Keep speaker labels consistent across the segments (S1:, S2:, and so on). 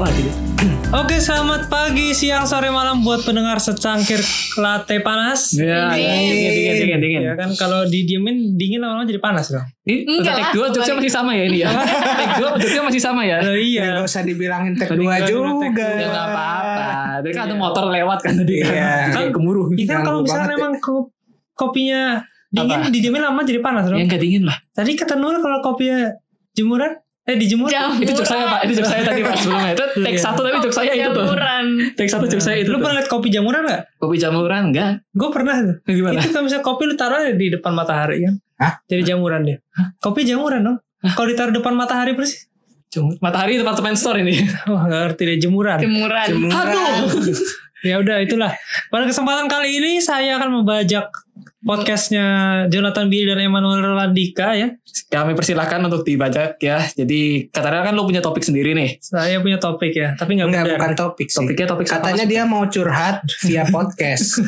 S1: Adil.
S2: Oke, selamat pagi, siang, sore, malam buat pendengar secangkir latte panas.
S3: Iya,
S1: Ya, ya, dingin, dingin, dingin, dingin.
S2: Ya kan kalau didiemin dingin lama-lama jadi panas dong.
S3: Ini
S4: Enggak
S3: udah
S4: lah,
S3: take 2 jokesnya
S4: kembali.
S3: masih sama ya ini ya. take 2 jokesnya masih sama ya.
S2: Oh,
S1: Ya,
S2: iya.
S1: nggak usah dibilangin tek
S2: Tadi
S1: dua
S2: gua bilang tek
S1: juga.
S2: dua.
S3: Ya enggak apa-apa. Tadi kan ada motor lewat kan tadi kan.
S1: Iya.
S3: Kan gemuruh.
S2: Kita
S1: Ganggu
S2: kalau misalnya
S1: banget ya.
S2: memang ko- kopinya dingin
S3: Apa?
S2: didiemin lama jadi panas
S3: Ya
S2: dong.
S3: enggak dingin lah.
S2: Tadi kata Nur kalau kopinya jemuran eh dijemur
S4: Jamuran.
S3: Itu jokes saya Pak, itu jokes saya tadi Pak sebelumnya. Itu take
S2: Iya.
S3: 1 tapi jokes saya itu tuh.
S4: Jamuran.
S3: Take 1 jokes saya itu.
S2: Lu
S3: tuh.
S2: pernah liat kopi jamuran gak?
S3: Kopi jamuran enggak?
S2: Gue pernah tuh.
S3: Gimana?
S2: Itu kalau misalnya kopi lu taruh aja di depan matahari kan.
S1: Hah?
S2: Jadi jamuran dia. Kopi jamuran dong. Kalau ditaruh depan matahari persis.
S3: Jemur. Matahari department store ini.
S2: Wah gak ngerti deh jemuran.
S4: Jamuran.
S3: Aduh.
S2: ya udah itulah. Pada kesempatan kali ini saya akan membajak podcastnya Jonathan Billy dan Emmanuel Rolandika ya.
S3: Kami persilahkan untuk dibajak ya. Jadi katanya kan lu punya topik sendiri nih.
S2: Saya punya topik ya. Tapi gak
S1: Enggak,
S2: benar.
S1: bukan topik sih.
S3: Topiknya topik apa?
S1: Katanya dia mau curhat via podcast.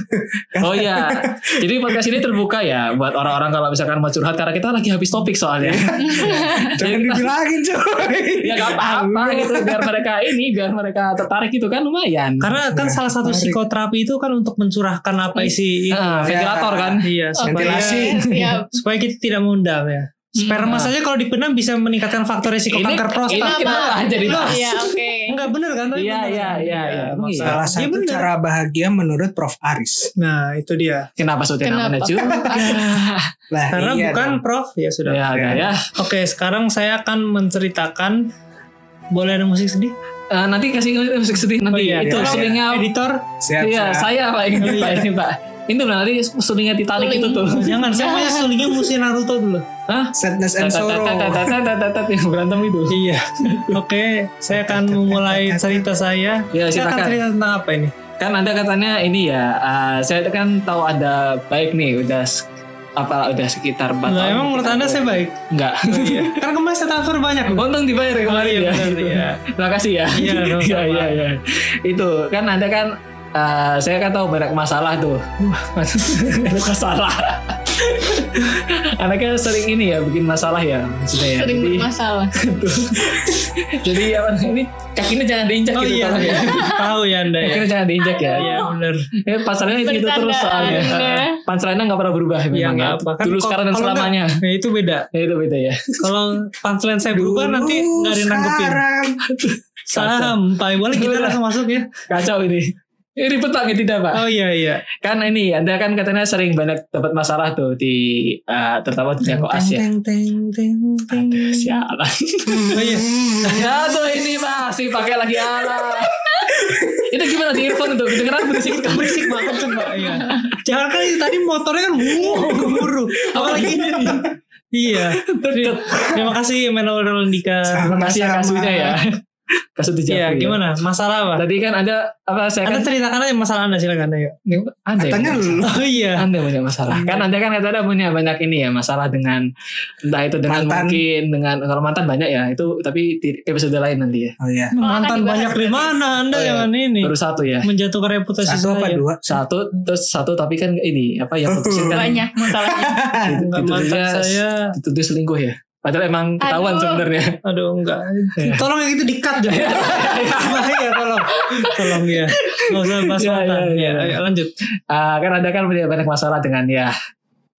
S2: Kan?
S3: Oh iya. Jadi podcast ini terbuka ya buat orang-orang kalau misalkan mau curhat karena kita lagi habis topik soalnya.
S1: Jangan
S3: Jadi-
S1: dibilangin
S2: Iya.
S1: coy.
S3: ya gak apa-apa gitu biar mereka ini biar mereka tertarik gitu kan lumayan.
S2: Karena kan
S1: Enggak,
S2: salah satu
S1: menarik. Iya.
S2: psikoterapi itu kan untuk mencurahkan apa isi.
S3: Ah, ventilator kan.
S2: Iya. Supaya,
S1: Ventilasi.
S4: Siap.
S2: supaya kita tidak mengundang ya. Sperma
S3: Hmm.
S2: saja kalau dipenam bisa meningkatkan faktor risiko
S3: Ini-
S2: kanker prostat.
S3: Ini kita lah jadi bahas.
S4: Iya, oke.
S2: Enggak bener kan? Tapi
S3: Iya,
S2: bener.
S3: iya, iya, iya. Emang
S2: maksud-
S3: iya.
S1: Salah
S2: Iya,
S1: satu
S2: bener.
S1: cara bahagia menurut Prof Aris.
S2: Nah itu dia.
S3: Kenapa sudah namanya
S4: Kenapa?
S3: juga?
S1: Lah,
S2: Karena
S1: iya
S2: bukan
S1: dong. Iya.
S2: prof ya sudah.
S3: ya, agak ya.
S2: Oke sekarang saya akan menceritakan boleh ada musik sedih?
S3: Eh, nanti kasih musik sedih nanti.
S2: iya,
S3: itu
S2: iya, Oh iya.
S3: sulingnya
S2: Editor
S1: siap,
S3: Iya,
S1: siap.
S3: saya Pak ini Pak
S2: iya.
S3: ini Pak. Ini loh nanti sulingnya Titanic
S4: Suling.
S3: itu tuh.
S2: jangan saya punya sulingnya musik Naruto dulu.
S1: Sadness and sorrow.
S3: Tatatatatatatat, yang berantem itu.
S2: Iya. Oke saya akan memulai cerita saya.
S3: Ya,
S2: Saya akan
S3: silakan.
S2: cerita tentang apa ini?
S3: Kan Anda katanya ini ya, eh, saya kan tahu Anda baik nih udah s- apa udah sekitar 4
S2: Nah,
S3: tahun. gitu.
S2: emang menurut anda saya baik.
S3: enggak.
S2: Kan kemarin saya transfer banyak.
S3: Untung dibayar ya kemarin
S2: Iya,
S3: ya.
S2: benar,
S3: Gitu.
S2: iya.
S3: Terima kasih ya.
S2: Iya,
S3: Iya,
S2: sama-sama.
S3: iya, iya. Itu kan Anda kan eh, saya kan tahu banyak masalah tuh. Wah, masalah. Anaknya sering ini ya bikin masalah ya maksudnya ya.
S4: Sering
S3: Jadi-
S4: bermasalah.
S3: Jadi apa ini kakinya jangan diinjak
S2: Oh
S3: gitu
S2: iya,
S3: tolong ya.
S2: tahu ya anda ya.
S3: Kakinya jangan diinjak ya.
S2: Iya benar.
S3: Eh, pasarannya itu
S4: Bercandaan,
S3: terus soalnya.
S4: ya.
S3: Pancelannya nggak pernah berubah
S2: Iya
S3: memang ya.
S2: nggak apa. Kan
S3: Dulu
S2: kalau-
S3: sekarang dan
S2: kalau nggak-
S3: selamanya.
S2: Nah, itu beda.
S3: Ya, itu beda ya.
S2: Kalau punchline saya berubah
S1: Dulu,
S2: kan nanti nggak ada yang Iya, nanggepin.
S1: sekarang.
S2: Sampai boleh kita
S3: Udah.
S2: langsung masuk ya.
S3: Kacau ini. Ini ribet banget tidak pak?
S2: Oh iya iya.
S3: Kan ini Anda kan katanya sering banyak dapat masalah tuh di eh, terutama di Koas ya.
S1: Teng, teng, teng, teng, teng.
S3: Aduh, Sialan.
S2: Oh iya.
S3: Ya tuh ini masih pakai lagi alat. itu gimana di earphone itu? Kedengeran berisik kan?
S2: Berisik banget coba iya. Jangan kan itu tadi motornya kan wuh keburu. Apalagi ini nih. Iya. Terima kasih Manuel Rolandika.
S3: Terima kasih ya kasunya ya. Kasu di Javu
S2: Iya
S3: ya.
S2: gimana? Masalah apa?
S3: Tadi kan ada apa saya kan
S2: Anda ceritakan aja masalah Anda silakan ayo.
S3: Anda ya?
S1: Katanya lu
S2: Oh iya.
S3: Anda punya masalah. Kan Anda kan katanya punya banyak ini ya masalah dengan entah itu dengan
S1: Mantan.
S3: mungkin dengan kalau mantan banyak ya itu tapi di episode lain nanti ya.
S1: Oh iya.
S2: Mantan banyak di mana Anda
S3: Oh, iya.
S2: jangan ini.
S3: Baru satu ya.
S2: Menjatuhkan reputasi
S1: Satu apa
S2: saya.
S1: dua?
S3: Satu terus satu tapi kan ini apa yang putusin kan
S4: Banyak masalahnya.
S3: itu
S2: Enggak mantan saya.
S3: dituduh selingkuh ya. Padahal emang ketahuan
S4: Aduh.
S3: sebenarnya.
S2: Aduh enggak.
S3: Iya.
S2: Tolong yang itu di-cut jangan. Bahaya tolong. Tolong ya. Enggak usah bahas
S3: Iya,
S2: mantan.
S3: iya,
S2: Ya,
S3: iya.
S2: ayo lanjut.
S3: Ah, kan Anda kan punya banyak masalah dengan ya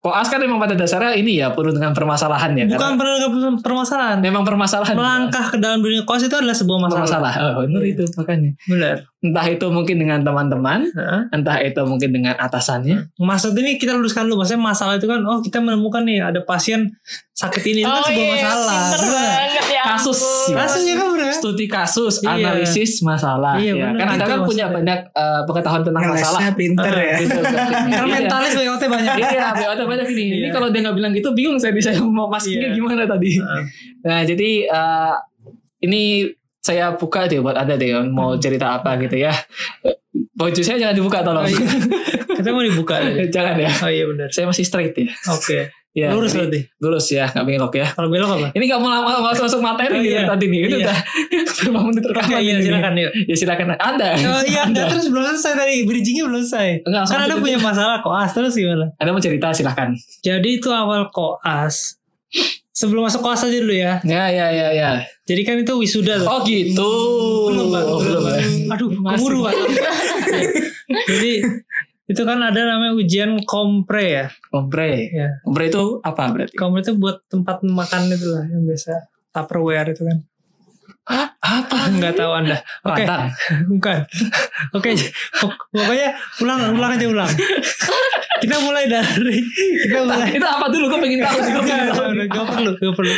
S3: Koas kan memang pada dasarnya ini ya penuh dengan permasalahan ya.
S2: Bukan
S3: karena
S2: per- permasalahan.
S3: memang permasalahan.
S2: Melangkah ke dalam dunia kos itu adalah sebuah masalah.
S3: Permasalahan. Oh, benar itu makanya.
S2: Benar.
S3: entah itu mungkin dengan teman-teman,
S2: Heeh.
S3: entah itu mungkin dengan atasannya.
S4: Ya
S2: Maksud ini kita luruskan dulu. Maksudnya masalah itu kan, oh kita menemukan nih ada pasien sakit ini. Itu kan sebuah masalah.
S4: Oh, iya, pinter
S2: Benar.
S4: banget ya.
S3: Kasus.
S4: ampun.
S2: Kasusnya kan benar.
S3: Studi kasus,
S2: Iya.
S3: analisis masalah. ya.
S2: Iya, benar.
S3: Kan Anda
S2: Itu
S3: kan punya
S2: maksudnya.
S3: banyak eh, pengetahuan tentang masalah.
S1: Ngelesnya pinter ya.
S3: Gitu,
S2: Karena
S3: Iya.
S2: mentalis BOT banyak.
S3: Iya, BOT banyak ini. Ini
S2: Iya.
S3: kalau dia nggak bilang gitu bingung saya bisa mau masuknya
S2: Iya.
S3: gimana tadi.
S2: Heeh.
S3: Nah, jadi eh, ini saya buka deh buat Anda deh mau
S2: Hmm.
S3: cerita apa gitu ya. Baju saya jangan dibuka tolong.
S2: Oh, iya. Kita mau dibuka tadi.
S3: jangan ya.
S2: Oh iya benar.
S3: Saya masih straight ya.
S2: Oke.
S3: ya
S2: Lurus
S3: jadi-
S2: berarti.
S3: Lurus ya, nggak belok ya.
S2: Kalau belok apa?
S3: Ini gak mau lama mau masuk masuk materi
S2: Oh,
S3: nih
S2: iya.
S3: tadi nih. Itu
S2: Iya.
S3: udah berapa menit rekaman
S2: Oke, iya,
S3: ini.
S2: silakan yuk.
S3: Ya silakan Anda.
S2: Oh iya, anda terus belum selesai tadi bridgingnya belum selesai.
S3: Enggak, langsung
S2: Kan anda
S3: aja.
S2: punya masalah koas terus gimana?
S3: Anda mau cerita silakan.
S2: Jadi itu awal koas. sebelum masuk kelas aja dulu ya.
S3: Ya ya ya ya.
S2: Jadi kan itu wisuda tuh.
S3: Oh gitu.
S2: belum, Pak.
S3: Oh, belum. Pak.
S2: Aduh,
S3: Masih.
S2: keburu Pak. Jadi itu kan ada namanya ujian kompre ya.
S3: Kompre.
S2: ya.
S3: Kompre itu apa berarti?
S2: Kompre itu buat tempat makan itu lah yang biasa Tupperware itu kan.
S3: Hah? Apa?
S2: Enggak tahu Anda. Oke,
S3: Rantang.
S2: bukan. Oke, pok- pokoknya ulang ulang aja ulang. Kita mulai dari kita mulai
S3: Itu apa dulu? Gue pengen tahu. Gue pengen tahu.
S2: Gak perlu, gak perlu.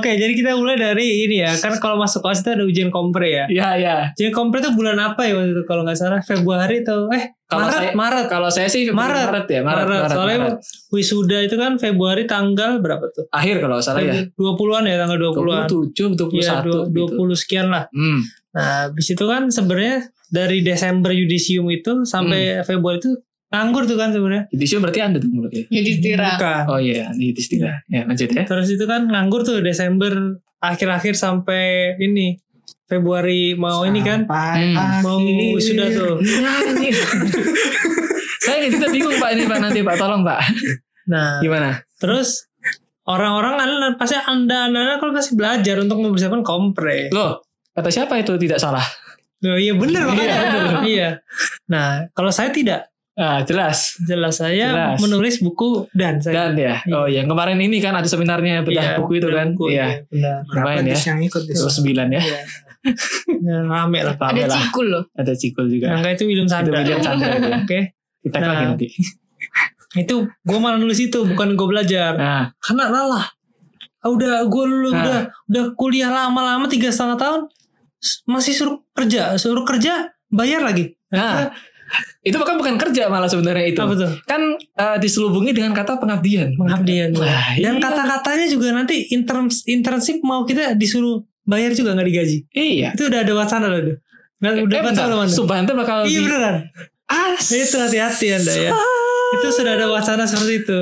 S2: Oke, jadi kita mulai dari ini ya. Kan kalau masuk kelas itu ada ujian kompre ya.
S3: Ya ya.
S2: Ujian kompre itu bulan apa ya waktu itu kalau nggak salah? Februari atau eh
S3: Kalau
S2: Maret,
S3: saya-
S2: Maret.
S3: Kalau saya sih
S2: Maret.
S3: ya. Maret.
S2: Maret.
S3: Maret,
S2: Soalnya
S3: Maret.
S2: wisuda itu kan Februari tanggal berapa tuh?
S3: akhir kalau nggak salah ya.
S2: 20-an ya tanggal 20-an.
S3: 27, 21
S2: Ya, dua-
S3: gitu.
S2: 20 sekian lah.
S3: Hmm.
S2: Nah, habis itu kan sebenarnya dari Desember yudisium itu
S3: Hmm.
S2: sampai Februari itu nganggur tuh kan sebenarnya.
S3: Yudisium berarti Anda tuh mulutnya.
S4: Ya, Yudhistira.
S2: Bukan.
S3: Oh iya, ini Yudhistira. Ya, lanjut ya.
S2: Terus itu kan nganggur tuh Desember akhir-akhir sampai ini Februari mau ini kan
S1: Sampai
S3: Hmm.
S2: mau
S1: akhir.
S2: sudah tuh.
S3: Iya, Saya kita bingung Pak ini Pak nanti Pak tolong Pak.
S2: Nah,
S3: Gimana?
S2: terus orang-orang kan pasti anda anda kalau pasti belajar untuk mempersiapkan kompre.
S3: Loh, kata siapa itu tidak salah?
S2: Loh, iya bener makanya.
S3: Iya, bener.
S2: iya. Nah, kalau saya tidak
S3: Ah, jelas.
S2: jelas saya
S3: Jelas.
S2: menulis buku dan saya
S3: Dan ya, oh ya kemarin ini kan ada seminarnya bedah
S2: Iya,
S3: buku itu
S2: bedah
S3: kan.
S2: buku,
S3: Iya.
S2: benar.
S1: Berapa
S3: Lumayan ya.
S1: dis yang ikut dis?
S3: Itu sembilan ya.
S2: Iya. Ya, rame lah.
S4: Ada
S3: Rame lah.
S4: cikul loh.
S3: Ada cikul juga.
S2: Nah, itu William
S3: Ada
S2: Sandra.
S3: William iya. Sandra. itu.
S2: Oke.
S3: Kita
S2: Nah.
S3: lagi nanti.
S2: Itu gue malah nulis itu bukan gue belajar.
S3: Nah,
S2: Karena lelah. Ah, Udah gue lulus
S3: Nah.
S2: udah udah kuliah lama-lama tiga setengah tahun s- masih suruh kerja suruh kerja bayar lagi.
S3: nah. Itu bahkan bukan kerja malah sebenarnya itu.
S2: Apa tuh?
S3: Kan eh, diselubungi dengan kata pengabdian.
S2: Pengabdian.
S3: Wah,
S2: Dan
S3: iya.
S2: kata-katanya juga nanti interns- internship mau kita disuruh bayar juga nggak digaji.
S3: Iya.
S2: Itu udah ada wacana loh itu. Nggak, udah
S3: eh,
S2: baca
S3: bentar,
S2: belum Anda?
S3: Subahanto bakal
S2: Iya
S3: di-
S2: beneran.
S3: Ah,
S2: Itu hati-hati Anda ya. Itu sudah ada wacana seperti itu.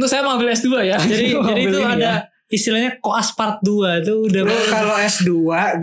S3: Untuk saya mau ambil S2 ya.
S2: Jadi
S3: Mau
S2: jadi
S3: ambil
S2: itu
S3: ini
S2: ada
S3: ya.
S2: istilahnya koas part 2 itu udah
S1: Lu kalau S2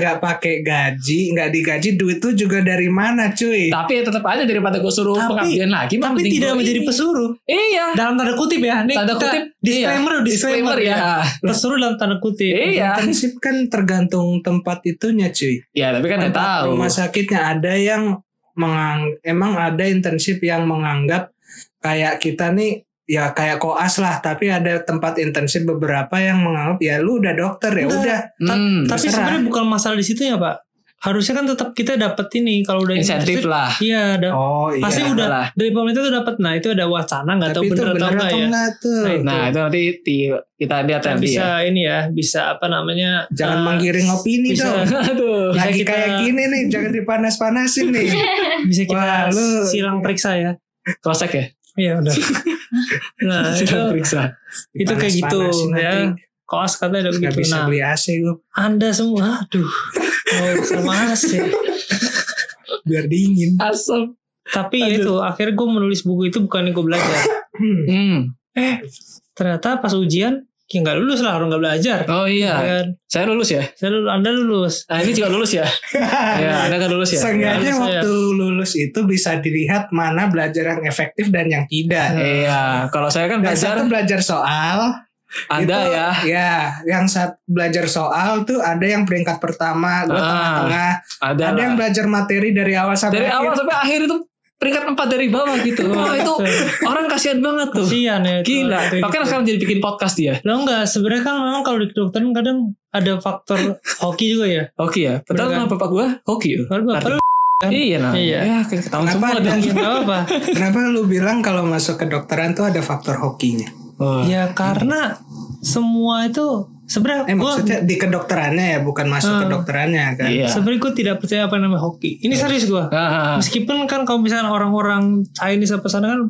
S1: gak pakai gaji, gak digaji duit tuh juga dari mana cuy?
S3: Tapi ya tetap aja daripada gue suruh
S2: Tapi-
S3: pengabdian lagi mah
S2: tapi
S3: mending
S2: tidak
S3: gua
S2: menjadi
S3: ini.
S2: pesuruh
S3: Iya.
S2: dalam tanda kutip ya. Nih,
S3: Tanda
S2: kita
S3: kutip, Iya.
S2: disclaimer, disclaimer,
S3: Disclaimer ya.
S2: Pesuruh dalam tanda kutip.
S3: Iya.
S1: Internship kan tergantung tempat itunya cuy.
S3: Ya, tapi kan nggak
S1: Tempat
S3: tahu.
S1: Rumah sakitnya ada yang mengang emang ada internship yang menganggap kayak kita nih ya kayak koas lah tapi ada tempat internship beberapa yang menganggap ya lu udah dokter ya
S2: Udah.
S1: udah
S3: Hmm,
S2: Tapi
S1: Terserah.
S2: sebenarnya bukan masalah di situ ya, Pak. Harusnya kan tetap kita dapat ini kalau udah
S3: insentif
S2: internship.
S3: lah.
S2: Iya, ada.
S1: oh iya
S2: Pasti udah
S3: lah.
S2: dari pemerintah tuh dapat. Nah, itu ada wacana nggak
S1: tapi
S2: tahu
S1: itu
S2: bener atau enggak ya.
S1: tuh
S2: Nah,
S3: Nah, itu nanti di- kita lihat
S2: Kan
S3: nanti
S2: bisa
S3: ya.
S2: ini ya, bisa apa namanya?
S1: jangan
S2: eh,
S1: menggiring opini
S2: bisa-
S1: dong
S3: Aduh.
S2: bisa
S1: lagi
S2: kita-
S1: kayak gini nih jangan dipanas-panasin nih
S2: bisa kita
S1: Wah, lu-
S2: silang periksa ya.
S3: Cross check ya.
S2: Iya udah. nah itu,
S3: Sudah periksa.
S2: itu kayak gitu
S1: Dipanas-panasin
S2: ya.
S1: nanti.
S2: Koas katanya udah
S1: nggak
S3: gitu,
S2: begitu.
S1: bisa
S2: Nah
S1: beli AC gue
S2: anda semua, aduh, mau sama ya. sih.
S1: biar dingin
S3: Asam.
S2: Tapi ya
S3: Aduh.
S2: itu akhirnya gue menulis buku itu bukan yang gue belajar.
S1: Hmm.
S3: Hmm.
S2: Ternyata pas ujian ya nggak lulus lah orang nggak belajar.
S3: Oh iya.
S2: Kan?
S3: Saya lulus ya.
S2: Saya lulus, anda lulus.
S3: Nah, ini juga lulus ya. ya, Anda kan lulus ya.
S1: Seenggaknya
S2: Harus
S1: waktu lulus itu bisa dilihat mana belajar yang efektif dan yang tidak.
S3: Iya, kalau saya kan
S1: Yang satu
S3: belajar
S1: belajar soal,
S3: Anda
S1: itu-
S3: ya.
S1: ya. Yang satu belajar soal tuh ada yang peringkat pertama, gua
S3: Ah,
S1: tengah-tengah.
S3: Ada,
S1: Ada
S3: lah.
S1: yang belajar gitu. materi dari awal sampai
S3: dari
S1: akhir.
S3: awal sampai akhir itu peringkat 4 dari bawah gitu. Wah, itu orang kasihan banget tuh.
S2: Kasian ya. itu.
S3: Gila.
S2: Itu
S3: Makanya
S2: gitu.
S3: sekarang jadi bikin podcast dia.
S2: Lo enggak sebenarnya kan memang kalau di kedokteran kadang ada faktor hoki juga ya.
S3: Oke ya. Padahal
S2: Beneran.
S3: nama bapak gua hoki loh.
S2: Kalau bapak
S3: Artinya-
S2: lu kan?
S3: Iya nah.
S2: Iya.
S3: Ya, kayak ketahuan
S1: Kenapa
S3: semua
S1: ada
S3: dong.
S2: ya, nggak apa-apa.
S1: Kenapa lu bilang kalau masuk kedokteran tuh ada faktor hokinya?
S3: Oh.
S2: Ya karena semua itu sebenarnya
S1: Eh
S2: gue
S1: maksudnya di kedokterannya ya, bukan masuk
S2: Ah.
S1: kedokterannya kan?
S3: Iya.
S2: Ya. sebenarnya gue tidak percaya apa namanya hoki. Ini serius gue.
S3: Ah, ah,
S2: Meskipun kan kalau misalnya orang-orang Chinese apa sana kan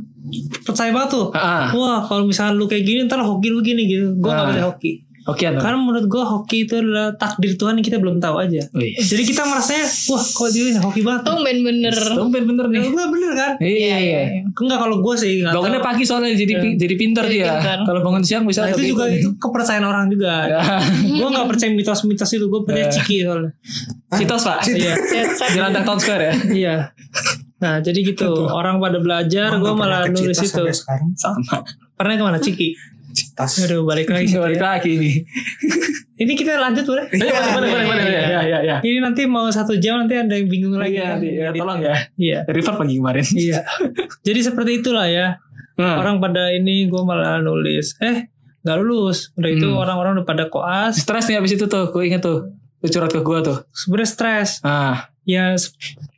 S2: percaya banget tuh.
S3: ah. Ah, ah.
S2: Wah kalau misalnya lu kayak gini ntar hoki lu gini gitu. Gue
S3: Ah.
S2: gak percaya hoki.
S3: Hokian. dong.
S2: Karena menurut gue hoki itu adalah takdir Tuhan yang kita belum tahu aja.
S3: Wih.
S2: Jadi kita merasanya wah kok dia ini hoki banget.
S3: Oh.
S4: Tumben bener.
S3: Tumben bener nih.
S2: Gue bener kan?
S3: Iya iya.
S2: Enggak kalau gue sih nggak
S3: Bangunnya
S2: tahu.
S3: pagi soalnya jadi pi- jadi pinter
S4: Jadi
S3: dia.
S4: pinter.
S3: Kalau bangun siang bisa
S2: Nah, itu
S3: tapi-
S2: juga itu kepercayaan orang juga.
S3: Ya.
S2: gue nggak percaya mitos-mitos itu. Gue percaya
S3: Eh.
S2: ciki soalnya.
S3: Citos Pak.
S2: Iya.
S4: Set-set.
S3: Jalan Town Square ya.
S2: Iya. Nah jadi gitu orang pada belajar, gue
S1: Emang nggak pernah
S2: malah
S1: ke
S2: nulis
S1: Citos
S2: itu.
S1: sampai sekarang.
S3: Sama.
S2: Pernah kemana Ciki?
S1: tas.
S2: Aduh balik lagi.
S3: Balik lagi nih.
S2: Ini kita lanjut boleh?
S1: Iya,
S3: Boleh, boleh,
S1: iya,
S3: boleh, boleh.
S2: iya.
S3: Ya, ya, ya.
S2: Ini nanti mau satu jam nanti ada yang bingung lagi.
S3: Iya,
S2: kan?
S3: iya, tolong ya.
S2: Iya.
S3: River pagi kemarin.
S2: Iya. Jadi seperti itulah ya.
S3: Hmm.
S2: Orang pada ini gue malah nulis. Eh nggak lulus. Udah itu
S3: Hmm.
S2: orang-orang udah pada koas.
S3: Stres nih abis itu tuh, gue inget tuh. Lu curhat ke gue tuh.
S2: Sebenernya stres.
S3: Ah,
S2: Ya se-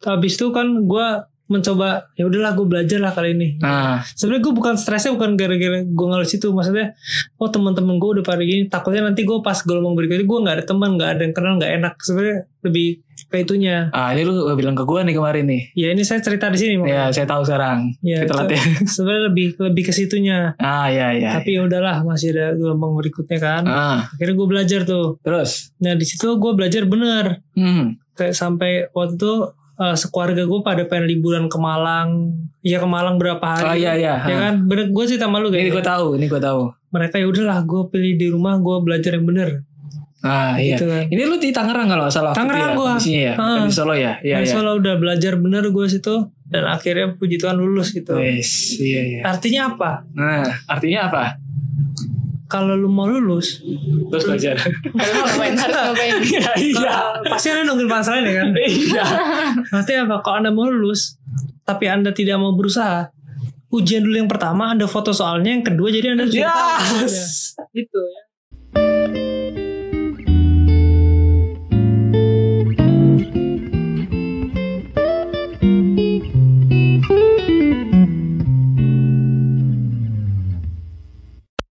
S2: habis itu kan gue mencoba ya udahlah gue belajar lah kali ini.
S3: ah,
S2: Sebenarnya gue bukan stresnya bukan gara-gara gue ngalus itu maksudnya oh teman-teman gue udah pada gini takutnya nanti gue pas gelombang berikutnya gue nggak ada teman nggak ada yang kenal nggak enak sebenarnya lebih ke itunya
S3: ah. Ini lu bilang ke gue nih kemarin nih.
S2: ya ini saya cerita di sini makanya.
S3: Ya, saya tahu sekarang.
S2: Ya,
S3: Kita
S2: itu
S3: latihan.
S2: sebenarnya lebih lebih ke situnya
S3: Ah, ya, ya.
S2: tapi ya udahlah masih ada gelombang berikutnya kan
S3: Ah,
S2: akhirnya gue belajar tuh
S3: terus.
S2: nah di situ gue belajar bener
S3: Hmm.
S2: kayak sampai waktu itu eh, sekeluarga gue pada pengen liburan ke Malang ya ke Malang berapa hari
S3: Oh, iya, iya.
S2: ya
S3: Ah.
S2: kan bener gue cerita sama lu
S3: Ini
S2: kayak
S3: gue
S2: gitu.
S3: tahu, ini gue tahu.
S2: mereka ya udahlah gue pilih di rumah gue belajar yang bener
S3: Ah, iya.
S2: gitu kan
S3: Ini lu di Tangerang kalau nggak salah. waktu itu
S2: Tangerang
S3: ya,
S2: gua.
S3: kondisinya ya, bukan
S2: Ah.
S3: di Solo ya. Iya,
S2: Nah,
S3: iya.
S2: soalnya udah belajar bener gue situ dan akhirnya puji Tuhan lulus gitu
S3: Wes, iya, iya.
S2: artinya apa
S3: Nah, artinya apa?
S2: kalau lu mau lulus
S3: Terus belajar.
S4: Harus ngapain? Harus ngapain?
S3: Iya, iya.
S2: kalau- pasti ada nungguin panselan ya kan
S3: Iya.
S2: Nanti apa? Kalau Anda mau lulus, tapi Anda tidak mau berusaha, ujian dulu yang pertama, Anda foto soalnya, yang kedua jadi Anda sudah tahu
S3: Yes.
S2: hasilnya. Gitu ya.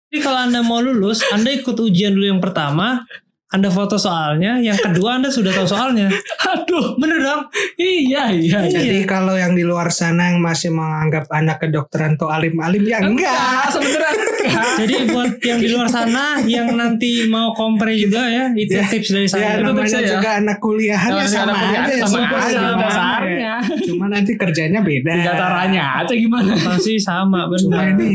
S2: Jadi kalau Anda mau lulus, Anda ikut ujian dulu yang pertama, Anda foto soalnya, yang kedua Anda sudah tahu soalnya.
S3: Aduh.
S2: Bener dong?
S3: Iya, iya. iya.
S1: Jadi kalau yang di luar sana yang masih menganggap anak kedokteran tuh alim-alim ya enggak.
S3: Ah, sebenarnya.
S2: Jadi buat yang di luar sana yang nanti mau compare juga ya, itu
S1: Ya,
S2: tips dari saya.
S1: Ya
S2: itu tips
S1: namanya
S2: saya.
S1: juga anak kuliahan ya
S3: Namanya
S1: sama
S3: anak kuliahan
S1: aja ya,
S3: sama
S1: semua
S3: aja,
S1: juga
S3: sama
S1: sama
S3: aja.
S1: ya. Cuma nanti kerjanya beda.
S3: Tinggal caranya aja gimana.
S2: Pasti sama
S1: Cuma
S2: benar.
S1: ini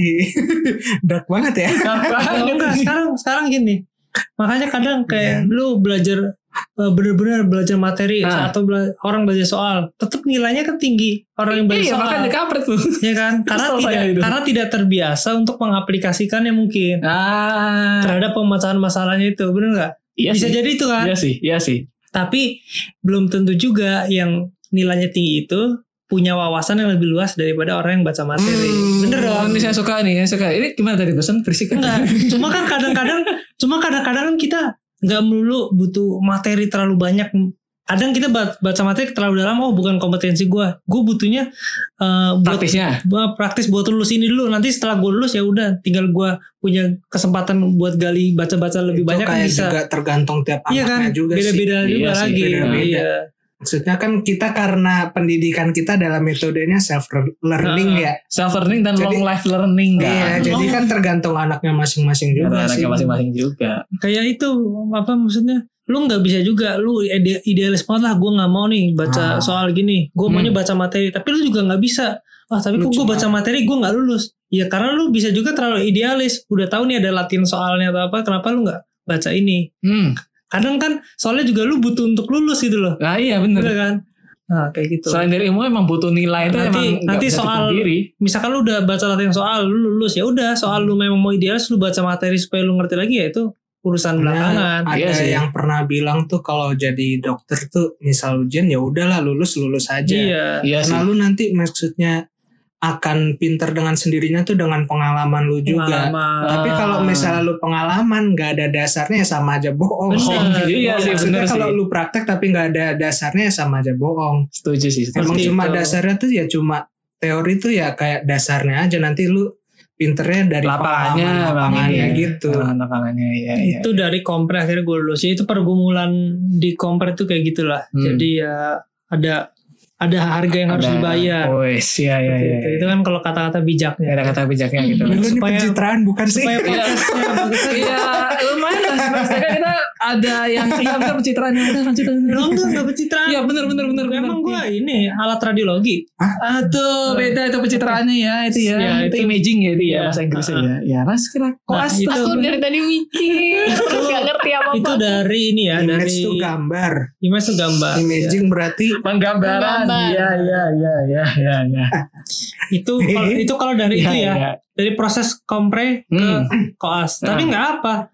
S1: dark banget ya.
S2: Oh, enggak, sekarang sekarang gini. Makanya kadang kayak lu belajar eh, bener-bener belajar materi
S3: Ah.
S2: atau bela- orang belajar soal, tetap nilainya kan tinggi orang yang belajar
S3: Iya,
S2: soal.
S3: makanya kampret tuh. gitu.
S2: Ya kan? Karena
S3: Kesel saya
S2: tidak
S3: itu.
S2: karena tidak terbiasa untuk mengaplikasikannya mungkin
S3: Ah.
S2: terhadap pemecahan masalahnya itu, bener nggak?
S3: Iya
S2: Bisa
S3: sih.
S2: jadi itu kan?
S3: Iya sih, iya sih.
S2: Tapi belum tentu juga yang nilainya tinggi itu punya wawasan yang lebih luas daripada orang yang baca materi.
S1: Hmm.
S2: Bener dong.
S3: Ini saya suka nih, saya suka. Ini gimana tadi pesan berisik
S2: Enggak. Cuma kan kadang-kadang, cuma kadang-kadang kan kita nggak melulu butuh materi terlalu banyak. Kadang kita ba- baca materi terlalu dalam. Oh, bukan kompetensi gua Gue butuhnya eh, buat
S3: Praktisnya.
S2: gua praktis buat lulus ini dulu. Nanti setelah gue lulus ya udah, tinggal gua punya kesempatan buat gali baca-baca lebih
S1: Itu
S2: banyak kan
S1: kayak
S2: bisa.
S1: juga tergantung tiap
S2: Iya kan,
S1: anaknya juga sih.
S2: beda-beda
S3: Iya
S2: juga
S3: sih,
S2: lagi.
S1: beda-beda.
S2: Iya.
S1: Maksudnya kan kita karena pendidikan kita dalam metodenya self learning ya.
S3: Self learning dan
S1: Jadi-
S3: long life learning kan.
S1: Iya, jadi kan tergantung anaknya masing-masing
S3: Karena
S1: juga sih.
S3: anaknya masing-masing juga.
S2: kayak itu apa maksudnya lu nggak bisa juga lu ide- idealis banget lah gue nggak mau nih baca
S1: Ah.
S2: soal gini gue
S3: Hmm.
S2: maunya baca materi tapi lu juga nggak bisa ah tapi
S1: Lu
S2: kok gue
S1: cuma-
S2: baca materi gue nggak lulus ya karena lu bisa juga terlalu idealis udah tahu nih ada latihan soalnya atau apa kenapa lu nggak baca ini
S3: Hmm.
S2: kadang kan soalnya juga lu butuh untuk lulus gitu loh
S3: Nah, iya bener.
S2: bener kan nah kayak gitu
S3: Selain dari ilmu emang butuh nilai itu
S2: Nanti-
S3: emang nggak
S2: nanti
S3: bisa
S2: soal-
S3: dipungkiri.
S2: misalkan lu udah baca latihan soal lu lulus ya udah soal lu memang mau idealis lu baca materi supaya lu ngerti lagi ya itu urusan belakangan
S1: ada
S3: Iya sih.
S1: yang pernah bilang tuh kalau jadi dokter tuh misal ujian ya udahlah lulus lulus aja.
S2: iya
S3: Iya sih.
S1: Lalu nanti maksudnya akan pinter dengan sendirinya tuh dengan pengalaman lu juga.
S2: pengalaman
S1: Tapi
S3: Ah.
S1: kalau misalnya lu pengalaman nggak ada dasarnya ya sama aja bohong.
S2: Bener.
S1: Bohong.
S3: Iya sih, bener
S1: Maksudnya kalau
S3: sih.
S1: lu praktek tapi nggak ada dasarnya ya sama aja bohong.
S3: Setuju sih. setuju.
S1: Emang
S2: Seperti
S1: cuma
S2: itu.
S1: dasarnya tuh ya cuma teori tuh ya kayak dasarnya aja nanti lu pinternya dari
S3: Lapangannya, iya.
S1: pengalaman lapangannya
S3: lapangannya.
S1: gitu.
S3: Tangan tangannya ya. ya.
S2: itu dari kompre akhirnya gue lulus ya itu pergumulan di kompre itu kayak gitulah
S3: Hmm.
S2: jadi ya ada ada harga yang harus
S3: Ada-
S2: dibayar
S3: Oh, yes, iya iya
S2: Seperti
S3: iya.
S2: itu. itu kan kalau kata-kata bijaknya
S3: Ada kata bijaknya gitu.
S1: Lu ini
S2: Supaya-
S1: pencitraan bukan sih?
S2: supaya
S3: Iya.
S2: podcastnya bagus
S3: Iya, lumayan lah. Maksudnya kan kita ada yang iya bener pencitraan yang udah lanjut.
S2: Enggak, enggak pencitraan.
S3: Iya, bener, bener, bener, bener. Iya.
S2: Emang gue ini alat radiologi.
S3: Aduh, beda itu pencitraannya ya itu ya.
S2: Ya,
S3: itu,
S2: itu-
S3: imaging ya itu ya
S2: Ya,
S3: bahasa Inggrisnya
S2: uh-uh.
S3: ya. Ya, ras kira koas
S2: itu-
S3: lah.
S4: Aku dari tadi mikir
S3: Iya.
S4: Terus gak ngerti apa-apa
S2: Itu dari ini ya,
S1: Image itu
S2: dari iya.
S1: gambar.
S2: image tuh gambar.
S1: Imaging berarti
S3: Penggambaran.
S4: Penggambaran.
S3: Iya, iya, iya, iya, iya, iya.
S2: Itu kalau itu kalau dari itu ya, dari proses kompre ke
S3: Hmm.
S2: koas.
S3: Nah.
S2: Tapi nggak apa.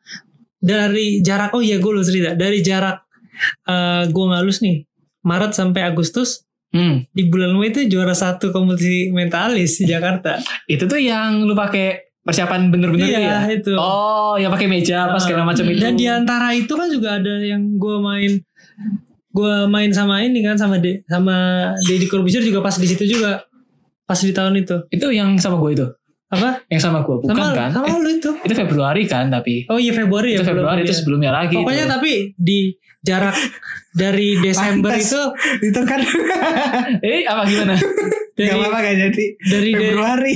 S2: Dari jarak oh iya gue lu cerita. Dari jarak eh gue ngalus nih Maret sampai Agustus
S3: Hmm.
S2: di bulan Mei itu juara satu kompetisi mentalis di Jakarta.
S3: Itu tuh yang lu pakai persiapan bener-bener tuh ya.
S2: iya, Ah. Hmm. itu. Eh,
S3: Oh, yang pakai meja apa segala macam itu.
S2: Dan di antara itu kan juga ada yang gue main gue main sama ini kan sama De, sama Deddy Corbuzier juga pas di situ juga pas di tahun itu
S3: itu yang sama gue itu.
S2: apa
S3: Yang sama gue bukan
S2: sama
S3: kan?
S2: sama
S3: Eh,
S2: lu itu
S3: itu Februari kan tapi.
S2: oh iya Februari ya
S3: itu
S2: belum
S3: Februari itu
S2: ya.
S3: sebelumnya lagi.
S1: Gitu.
S2: pokoknya
S3: tuh.
S2: tapi di jarak dari Desember
S1: Pantes.
S2: itu
S1: itu kan
S3: eh apa gimana?
S1: nggak
S2: dari
S1: apa-apa nggak jadi
S2: dari de-
S1: Februari.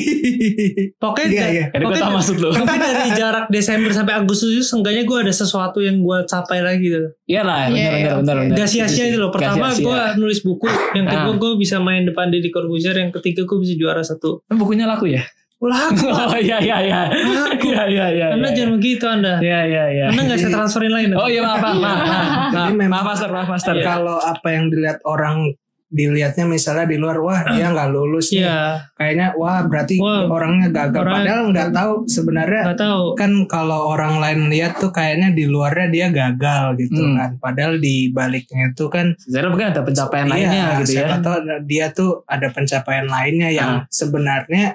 S2: pokoknya
S1: Iya,
S2: da-
S1: iya.
S3: Ada
S2: pokoknya
S3: kata
S2: da-
S3: maksud lu.
S2: pokoknya dari jarak Desember sampai Agustus itu seenggaknya gue ada sesuatu yang gue capai lagi gitu
S3: Iya lah,
S4: Iya,
S3: benar
S4: iya,
S3: benar benar.
S4: oke.
S3: benar.
S2: Gak sia-sia itu loh.
S3: Nggak
S2: Pertama
S3: sia-sia.
S2: gue nulis buku, yang kedua
S3: Ah.
S2: gue bisa main depan Deddy Corbuzier, yang ketiga gue bisa juara satu.
S3: Eh, bukunya laku ya?
S2: Ulah,
S3: Oh iya iya iya.
S2: Laku.
S3: Iya iya iya. iya.
S2: anda jangan begitu anda.
S3: Iya iya iya.
S2: Anda nggak bisa transferin lain.
S3: Oh iya maaf maaf maaf
S2: Nah,
S3: maaf.
S1: Jadi
S3: Maaf,
S1: memang-
S3: maaf master maaf master.
S2: Iya.
S1: Kalau apa yang dilihat orang dilihatnya misalnya di luar wah dia nggak lulus nih.
S2: Iya,
S1: kayaknya wah berarti
S2: Wah,
S1: orangnya gagal
S2: orang-
S1: padahal nggak tahu sebenarnya
S2: nggak tahu.
S1: kan kalau orang lain lihat tuh kayaknya di luarnya dia gagal gitu
S3: Hmm.
S1: kan padal di baliknya itu kan
S3: Sebenarnya mungkin ada pencapaian
S1: iya,
S3: lainnya gitu ya. Ah.
S1: siapa tahu ada- dia tuh ada pencapaian lainnya yang sebenarnya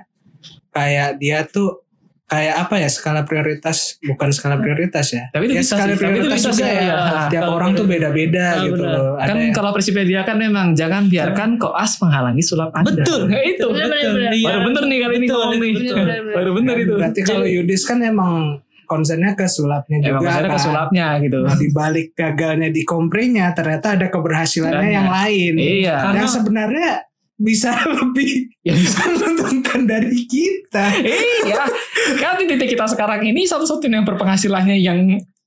S1: kayak dia tuh kayak apa ya skala prioritas bukan skala prioritas ya
S3: Tapi itu
S1: ya
S3: bisa
S1: skala
S3: sih, tapi itu
S1: prioritas
S3: bisa
S1: juga
S3: sih,
S1: ya
S3: iya.
S1: tiap
S2: Skala
S1: orang tuh beda-beda
S2: Ah,
S1: gitu
S2: benar.
S1: loh ada
S3: Kan
S1: yang-
S3: kalau prinsipnya dia kan memang jangan biarkan koas menghalangi sulap Anda.
S2: Betul.
S3: itu.
S4: Bener, bener,
S2: Iya.
S3: Baru bener nih kali ini
S2: Betul,
S3: ngomong nih.
S4: bener, bener, bener.
S3: Baru bener itu.
S1: berarti kalau Yudis kan emang konsennya ke sulapnya
S3: Emang
S1: juga
S3: maksudnya
S1: kan.
S3: ke sulapnya gitu.
S1: Nah, di balik gagalnya di komprenya ternyata ada keberhasilannya
S3: Banyak.
S1: yang lain.
S3: Iya.
S1: Yang
S2: Karena-
S1: sebenarnya bisa lebih
S3: Ya,
S1: menguntungkan dari kita.
S3: Iya, kan di titik kita sekarang ini satu-satunya yang berpenghasilannya yang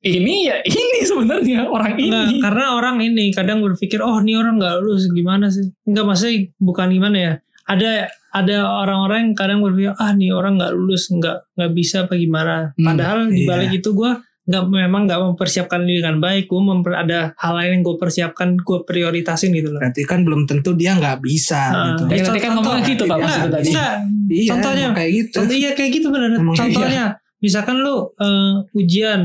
S3: ini ya ini sebenarnya orang
S2: Nggak,
S3: ini.
S2: karena orang ini kadang berpikir, oh ini orang nggak lulus gimana sih? Enggak maksudnya bukan gimana ya. Ada ada orang-orang yang kadang berpikir, ah nih orang nggak lulus, nggak nggak bisa apa gimana.
S3: Hmm,
S2: Padahal di balik
S1: iya.
S2: itu gue nggak memang nggak mempersiapkan diri dengan baik. Gue memper, ada hal lain yang gue persiapkan, gue prioritasin gitu loh.
S1: Berarti kan belum tentu dia nggak bisa
S2: Ah,
S1: gitu.
S2: iya.
S3: Ya, nanti kan
S2: Contoh-
S3: ngomongnya gitu Pak
S1: Iya,
S3: maksudnya tadi.
S2: Enggak,
S1: Iya,
S2: Contohnya-
S1: emang kayak gitu.
S2: Contoh iya kayak gitu benar.
S1: Emang
S2: Contohnya misalkan lu eh, ujian,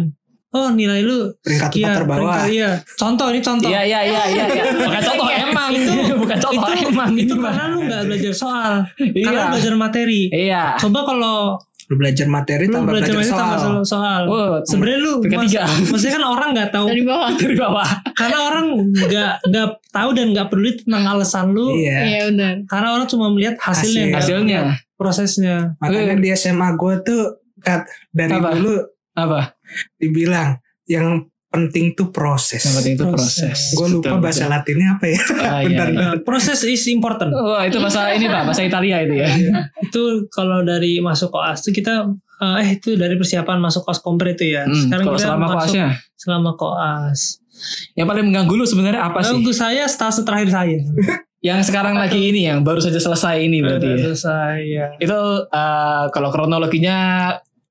S2: oh nilai lu
S1: Peringkat
S2: sekian,
S1: empat terbawah.
S2: peringkat- iya. Contoh ini contoh.
S3: Iya iya iya iya. iya. Bukan contoh emang itu, bukan contoh
S2: itu-
S3: emang Iya.
S2: Itu
S3: Ini,
S2: karena
S3: Pak.
S2: lu nggak belajar soal, karena lu
S3: Iya.
S2: belajar materi.
S3: Iya.
S2: Coba kalau
S1: Lu belajar materi
S2: lu
S1: tambah
S2: belajar
S1: belajar,
S2: materi
S1: soal.
S2: tambah soal. soal.
S3: Wow,
S2: Sebenarnya lu
S3: peringkat
S2: mas-
S3: tiga.
S2: maksudnya kan orang nggak
S3: Iya.
S2: tahu
S4: Dari bawah
S3: dari bawah.
S2: karena orang nggak nggak tahu dan nggak peduli tentang alasan lu eh,
S1: Iya.
S4: Iya benar
S2: karena orang cuma melihat hasilnya
S1: Hasil.
S2: nggak melihat
S3: Hasilnya
S2: prosesnya
S1: Makanya di SMA gue tuh kat, dari
S3: Apa?
S1: dulu
S3: apa?
S1: dibilang yang penting tuh proses.
S3: Yang penting itu proses.
S2: Proses.
S1: Gue lupa
S3: Betul,
S1: bahasa
S3: betul.
S1: Latinnya apa ya?
S3: Ah, iya,
S1: Bentar,
S3: iya.
S2: Nah, proses is important
S3: Wah itu bahasa ini Pak, bahasa Italia itu ya.
S2: itu kalau dari masuk koas tuh kita eh, eh itu dari persiapan masuk koas kompre itu ya
S3: Hmm,
S2: sekarang
S3: kalau
S2: kita
S3: selama
S2: masuk
S3: koasnya,
S2: selama koas
S3: yang paling mengganggu lu sebenarnya apa sih?
S2: lagu saya stase terakhir saya
S3: Yang sekarang lagi ini yang baru saja selesai ini berarti. ya.
S2: saya
S3: itu eh, kalau kronologinya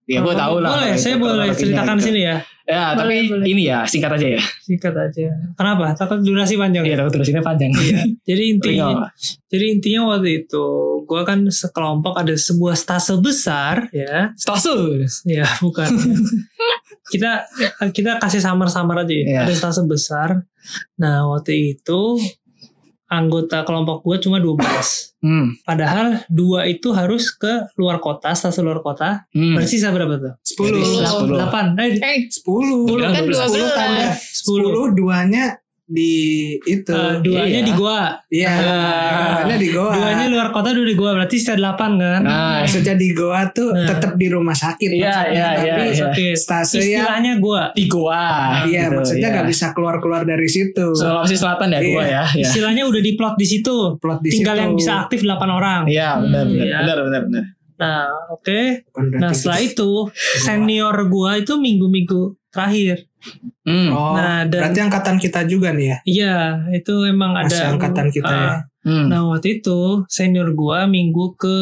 S3: ya gue tahu lah
S2: boleh
S3: kalau
S2: saya
S3: itu
S2: boleh
S3: kronologinya
S2: ceritakan
S3: gitu.
S2: sini ya
S3: ya
S4: Boleh,
S3: tapi
S4: boleh.
S3: ini ya singkat aja ya
S2: singkat aja kenapa takut durasi panjang ya?
S3: Iya, tapi terusinnya panjang
S2: jadi
S3: Tapi nggak
S2: intinya
S3: apa-apa.
S2: jadi intinya waktu itu gua kan sekelompok ada sebuah stase besar ya
S3: stase
S2: ya bukan kita kita kasih samar-samar aja ya.
S3: Iya.
S2: ada stase besar nah waktu itu anggota kelompok gue cuma 12
S3: hmm.
S2: padahal dua itu harus ke luar kota stase luar kota
S3: Hmm.
S2: bersisa berapa tuh
S1: Sepuluh.
S3: Jadi sepuluh.
S4: Sepuluh.
S2: 8 eh
S4: Eh
S3: Iya,
S1: Sepuluh.
S3: Sepuluh.
S4: kan
S3: Sepuluh
S4: 12
S1: Sepuluh tambah
S2: 10
S1: sepuluh duanya di itu.
S2: Eh, duanya
S3: Iya.
S2: di gua
S1: Iya, duanya di Goa.
S2: duanya luar kota dua di gua berarti sisa 8 kan
S3: nah
S1: Maksudnya di Goa tuh
S2: Nah.
S1: tetap di rumah sakit.
S3: Iya,
S1: maksudnya.
S3: iya,
S1: Tapi
S3: iya.
S2: Oke,
S1: stase yang
S2: istilahnya gua
S3: di goa
S2: Ah,
S1: iya
S3: gitu,
S1: maksudnya
S3: ya.
S1: nggak bisa keluar-keluar dari situ.
S3: Sulawesi Selatan ya gua ya
S2: Iya.
S3: ya
S2: istilahnya udah diplot di situ
S1: Plot di
S2: tinggal
S1: situ. Nah,
S2: yang bisa aktif 8 orang
S3: Iya, benar,
S4: Hmm,
S3: benar,
S2: iya.
S3: benar, benar, benar.
S2: Nah, oke.
S1: Bukan berarti
S2: Nah, setelah itu senior gua itu minggu-minggu terakhir.
S3: Hmm.
S1: Oh,
S2: Nah, dan-
S1: berarti angkatan kita juga nih ya.
S2: Iya, itu emang
S1: Masih
S2: ada
S1: angkatan kita ya.
S2: Ah,
S3: Hmm.
S2: Nah, waktu itu senior gua minggu ke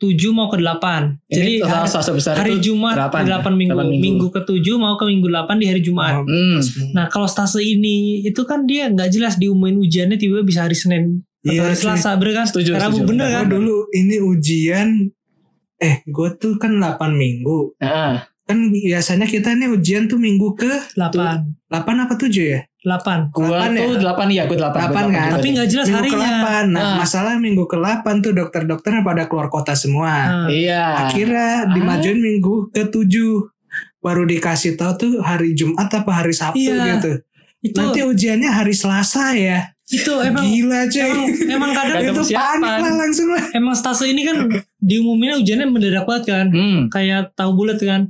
S2: 7 mau ke 8.
S3: Ini
S2: Jadi hari,
S3: total swasta besar
S2: hari
S3: itu
S2: Jumat
S3: delapan,
S2: 8, minggu.
S3: delapan minggu.
S2: minggu. ke 7 mau ke minggu 8 di hari Jumat.
S1: Oh,
S3: Hmm.
S2: Nah kalau stase ini itu kan dia nggak jelas diumumin ujiannya tiba-tiba bisa hari Senin atau
S1: Iya,
S2: hari
S1: cuy.
S2: Selasa bener kan?
S3: Setuju,
S2: Rabu
S3: setuju.
S2: bener
S1: Gua
S2: kan?
S1: dulu ini ujian eh gue tuh kan 8 minggu.
S3: Ah,
S1: Kan biasanya kita nih ujian tuh minggu ke
S2: 8
S1: 8 apa 7 ya?
S2: 8
S3: gua
S1: Delapan ya?
S3: tuh delapan ya, gua delapan. gua
S1: Delapan kan?
S3: delapan.
S2: Tapi nggak jelas
S1: minggu
S2: harinya.
S1: ke-8. Nah,
S3: Ah.
S1: masalah minggu ke-8 tuh dokter-dokternya pada keluar kota semua.
S2: Nah,
S3: Iya. Ah.
S1: Akhirnya dimajuin minggu ke-7. Baru dikasih tahu tuh hari Jumat apa hari Sabtu
S2: Iya.
S1: gitu.
S2: itu
S1: Nanti ujiannya hari Selasa ya.
S2: itu emang
S1: Gila cuy.
S2: emang, emang
S3: iya.
S2: kadang
S3: Gak ada
S1: itu
S3: persiapan.
S1: panik lah langsung lah.
S2: emang stase ini kan diumuminnya ujiannya mendadak banget kan?
S3: Hmm.
S2: Kayak tahu bulat kan?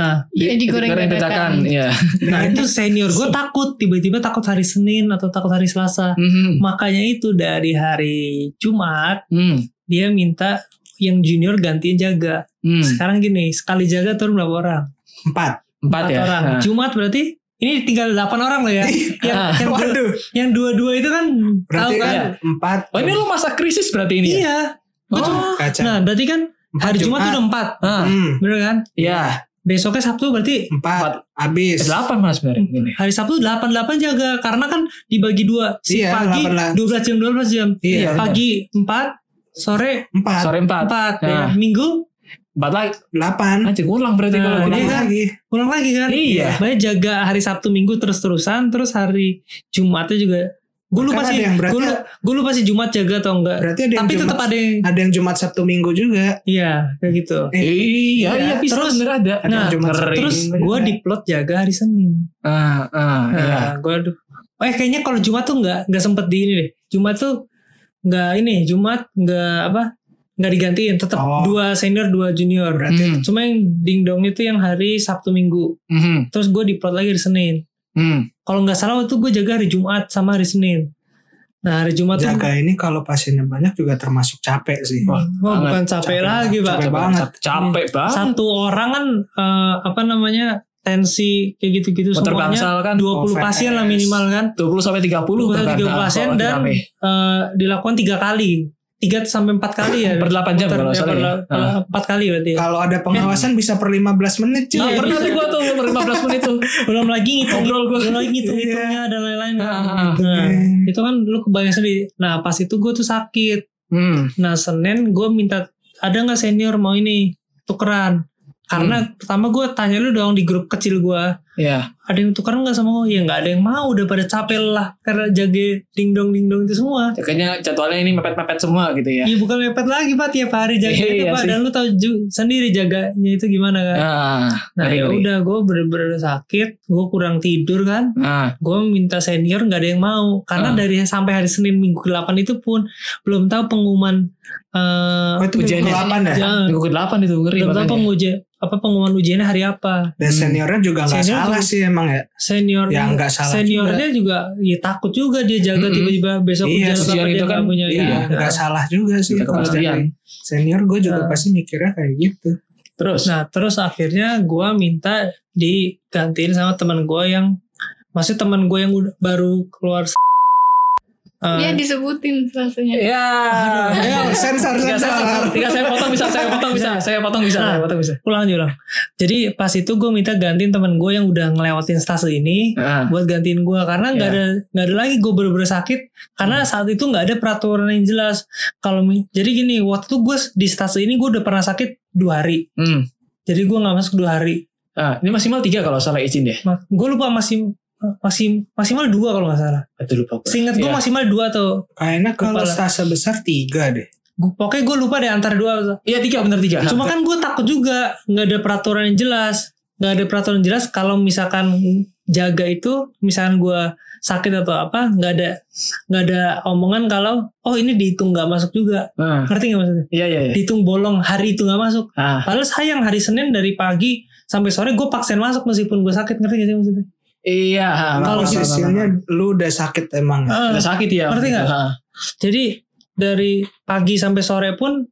S2: Nah,
S4: Iya, digoreng dadakan.
S3: Iya.
S2: nah itu senior gue takut tiba-tiba takut hari Senin atau takut hari Selasa.
S3: Hmm.
S2: Makanya itu dari hari Jumat
S3: Hmm.
S2: dia minta yang junior gantiin jaga.
S3: Hmm.
S2: Sekarang gini, sekali jaga turun berapa orang?
S1: Empat.
S3: Empat
S2: empat
S3: ya.
S2: orang.
S3: Ah.
S2: Jumat berarti ini tinggal 8 orang loh ya. yang
S3: Ah.
S2: yang, dua,
S1: Waduh.
S2: yang dua-dua itu kan tahu
S1: Berarti
S2: kan.
S1: kan empat.
S3: Oh ini lu masa krisis berarti ini? ya?
S2: Iya. Gua
S3: Oh.
S2: cuma-
S1: Kacau.
S2: Nah, berarti kan
S1: Empat
S2: hari Jumat, tuh udah 4.
S3: Ah,
S1: Hmm,
S2: Bener kan?
S3: Iya.
S2: Besoknya Sabtu berarti
S1: empat.
S3: Empat.
S1: Habis.
S3: Delapan mas sebenarnya. Gini.
S2: hari Sabtu 88 jaga karena kan dibagi dua. Si
S1: Iya,
S2: pagi
S1: 88.
S2: 12 jam 12 jam.
S1: Iya,
S3: bener.
S2: pagi 4, sore
S1: Empat.
S3: Sore empat.
S2: 4 ya.
S3: Nah.
S2: Minggu
S3: Empat lagi.
S1: Delapan.
S3: Anjir ulang berarti
S2: Nah,
S3: kalau
S2: ini
S1: Ulang
S3: gini.
S2: kan.
S1: lagi.
S2: pulang lagi kan.
S3: Iya.
S2: Banyak jaga hari Sabtu Minggu terus-terusan terus hari Jumatnya juga gue lupa
S1: Kan
S2: sih
S1: ada yang berarti,
S2: gue lupa, gue lupa sih Jumat jaga atau enggak
S1: berarti ada yang
S2: tapi
S1: Jumat,
S2: tetap ada yang
S1: ada yang Jumat Sabtu Minggu juga.
S2: iya kayak gitu
S3: Iya, iya, bisa
S2: Terus-
S3: bener ada.
S1: Ada
S2: Nah,
S1: yang Jumat Sabtu
S2: terus
S1: Minggu
S2: gue
S1: juga.
S2: diplot jaga hari Senin
S3: Ah, ah, iya.
S2: nah, gue aduh eh kayaknya kalau Jumat tuh nggak nggak sempet di ini deh Jumat tuh nggak ini Jumat nggak apa nggak digantiin tetap
S1: Oh.
S2: dua senior dua junior
S1: berarti
S3: Hmm,
S2: cuma yang dingdong itu yang hari Sabtu Minggu
S3: hmm,
S2: terus gue diplot lagi hari Senin
S3: hmm.
S2: kalau nggak salah waktu itu gue jaga hari Jumat sama hari Senin nah hari Jumat Oh, tuh
S1: jaga ini kalau pasiennya banyak juga termasuk capek sih.
S3: Wah,
S2: Wah, bukan
S1: Capek
S2: capek lagi pak
S1: Capek banget.
S3: Capek banget.
S2: satu orang kan eh, apa namanya tensi kayak gitu-gitu
S3: Motor
S2: semuanya 20
S3: bangsal kan
S1: OVS.
S2: pasien lah minimal kan
S3: 20 sampai 30
S2: 20
S3: bahkan. kan,
S2: 30 pasien
S3: Kalau lagi
S2: dan
S3: rame.
S2: eh, dilakukan tiga kali tiga sampai empat kali ya
S3: per 8 jam
S2: Muter-
S3: kalau
S2: ya,
S3: salah.
S2: per
S3: ya.
S2: la- per la- empat kali berarti ya.
S1: Kalau ada pengawasan bisa per 15 menit cuy.
S3: Nah, pernah tuh gua tuh per 15 menit tuh.
S2: belum lagi ngitung
S3: Ngobrol gua. Iya.
S2: belum lagi ngitung hitungnya dan lain-lain kan.
S3: Ah, ah, ah.
S2: Nah,
S1: Hmm.
S2: itu kan lu kebayang sendiri nah pas itu gue tuh sakit
S3: Hmm.
S2: Nah Senin gue minta ada nggak senior mau ini tukeran
S3: Hmm.
S2: karena pertama gue tanya lu dong di grup kecil gue
S3: Iya.
S2: ada yang tukeran nggak sama gue ya nggak ada yang mau udah pada capek lah karena jaga dingdong dingdong itu semua
S3: Kayaknya jadwalnya ini mepet-mepet semua gitu ya.
S2: Iya bukan mepet lagi pak tiap hari jaga
S3: Iya,
S2: itu
S3: iya
S2: pak
S3: sih.
S2: dan lu tahu ju- sendiri jaganya itu gimana kan
S3: Ah,
S2: nah
S3: ngeri,
S2: ya
S3: ngeri.
S2: udah gue bener-bener sakit gue kurang tidur kan
S3: Ah,
S2: gue minta senior nggak ada yang mau
S3: Ah.
S2: karena dari sampai hari Senin minggu ke-8 itu pun belum tahu pengumuman eh
S1: Oh, itu minggu
S3: Ujiannya.
S1: delapan ya?
S2: ya,
S3: minggu ke-8 itu ngeri
S2: Belum tahu
S3: makanya.
S2: penguji- apa pengumuman ujiannya hari apa.
S1: Dan
S3: Hmm.
S1: seniornya juga nggak
S2: Senior
S1: salah
S2: juga-
S1: sih emang ya.
S2: Senior
S1: Ya nggak salah.
S2: seniornya juga, ya takut juga dia jaga
S3: Mm-mm.
S2: tiba-tiba besok ujian
S1: Iya,
S3: sosial
S2: apa
S3: itu
S2: dia nggak
S3: kan-
S2: punya
S1: juga.
S3: iya,
S1: Iya,
S2: ini.
S1: nggak salah juga sih.
S3: Nggak
S1: Kalau
S3: kepastian.
S1: dari Senior gue juga
S2: Nah.
S1: pasti mikirnya kayak gitu.
S3: Terus.
S2: Nah terus akhirnya gue minta digantiin sama teman gue yang masih teman gue yang udah- baru keluar. s- Eh,
S4: Iya disebutin selasanya.
S3: Ya.
S1: Ayo, sensor,
S3: Tiga saya
S1: sensor.
S3: potong, tiga Iya, saya potong bisa, saya potong bisa,
S2: Iya.
S3: saya potong bisa, saya potong bisa.
S2: Nah, ulang ulang. Jadi pas itu gue minta gantiin teman gue yang udah ngelewatin stase ini.
S3: Ah.
S2: buat gantiin gue karena nggak ada nggak ada lagi gue bener-bener sakit karena saat itu nggak ada peraturan yang jelas kalau mi- jadi gini waktu itu gue di stase ini gue udah pernah sakit dua hari
S3: Hmm.
S2: jadi gue nggak masuk dua hari
S3: Ah, ini maksimal tiga kalau salah izin deh.
S2: Ma- gue lupa masih masih maksimal dua kalau nggak salah
S3: Aduh lupa gue.
S2: seingat gue
S3: Iya.
S2: maksimal dua atau
S1: Kayaknya kalau
S2: Kepala.
S1: stase besar tiga deh.
S2: gua- pokoknya gue lupa deh antara dua
S3: Iya tiga bener tiga.
S2: cuma kan gue takut juga nggak ada peraturan yang jelas nggak ada peraturan yang jelas kalau misalkan jaga itu misalkan gue sakit atau apa nggak ada nggak ada omongan kalau oh ini dihitung nggak masuk juga
S3: Ah,
S2: ngerti nggak maksudnya
S3: Iya iya. iya.
S2: dihitung bolong hari itu nggak masuk
S3: Ah,
S2: padahal sayang hari Senin dari pagi sampai sore gue paksain masuk meskipun gue sakit ngerti gak sih maksudnya
S3: iya. ah,
S1: Kalau
S3: maaf, maaf, maaf,
S1: posisinya lu udah sakit emang.
S2: Ah,
S3: maaf. Udah sakit ya.
S2: Ngerti nggak?
S3: Ah,
S2: jadi dari pagi sampai sore pun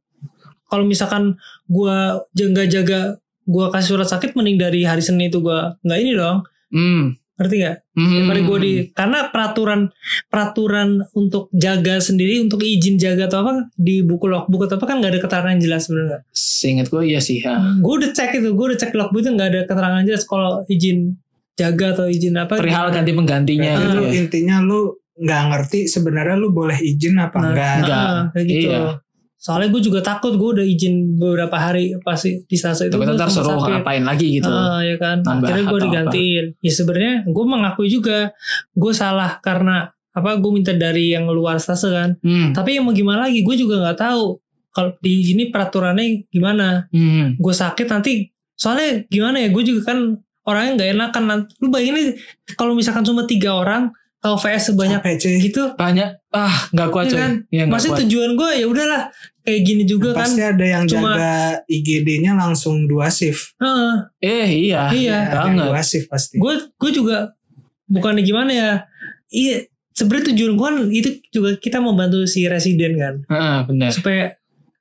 S2: kalau misalkan gua jaga-jaga gua kasih surat sakit mending dari hari Senin itu gua nggak ini dong
S3: Hmm.
S2: ngerti nggak
S3: Hmm.
S2: daripada gua di karena peraturan peraturan untuk jaga sendiri untuk izin jaga atau apa di buku logbook atau apa kan nggak ada keterangan yang jelas sebenarnya
S3: Seingat gue iya sih ya.
S2: gue udah cek itu gue udah cek logbook itu nggak ada keterangan jelas kalau izin jaga atau izin apa
S3: Perihal ganti penggantinya
S2: iya,
S1: Berarti
S3: gitu
S1: lu
S3: ya.
S1: intinya lu nggak ngerti sebenarnya lu boleh izin apa
S2: Nah,
S1: enggak.
S2: nah,
S3: Enggak.
S2: kayak gitu
S3: Iya.
S2: soalnya gue juga takut gue udah izin beberapa hari pasti di saat itu
S3: Tapi
S2: gua
S3: tetap
S2: sempat
S3: suruh
S2: sakit.
S3: ngapain lagi gitu.
S2: Ah, ya kan.
S3: Tambah
S2: Akhirnya gue
S3: atau
S2: digantiin. Ya sebenarnya gue mengakui juga gue salah karena apa gue minta dari yang luar stase kan.
S3: Hmm.
S2: Tapi yang mau gimana lagi gue juga nggak tahu kalau di ini peraturannya gimana.
S3: Hmm.
S2: Gue sakit nanti soalnya gimana ya gue juga kan orangnya nggak enakan nanti. Lu bayangin nih, kalau misalkan cuma tiga orang kalau VS sebanyak
S1: Capek, cuy.
S2: gitu
S3: Banyak ah nggak kuat
S2: Iya
S3: coy.
S2: kan?
S3: Iya, nggak
S2: masih
S3: kuat.
S2: tujuan gue ya udahlah kayak gini juga kan.
S1: Pasti ada yang
S2: cuma-
S1: jaga IGD-nya langsung dua shift.
S2: Heeh,
S3: Eh iya.
S2: iya.
S1: Ada yang
S3: banget.
S1: Dua shift pasti.
S2: gue gue juga bukannya gimana ya iya sebenarnya tujuan gue kan itu juga kita membantu si residen kan
S3: Heeh,
S1: Iya.
S3: benar.
S2: supaya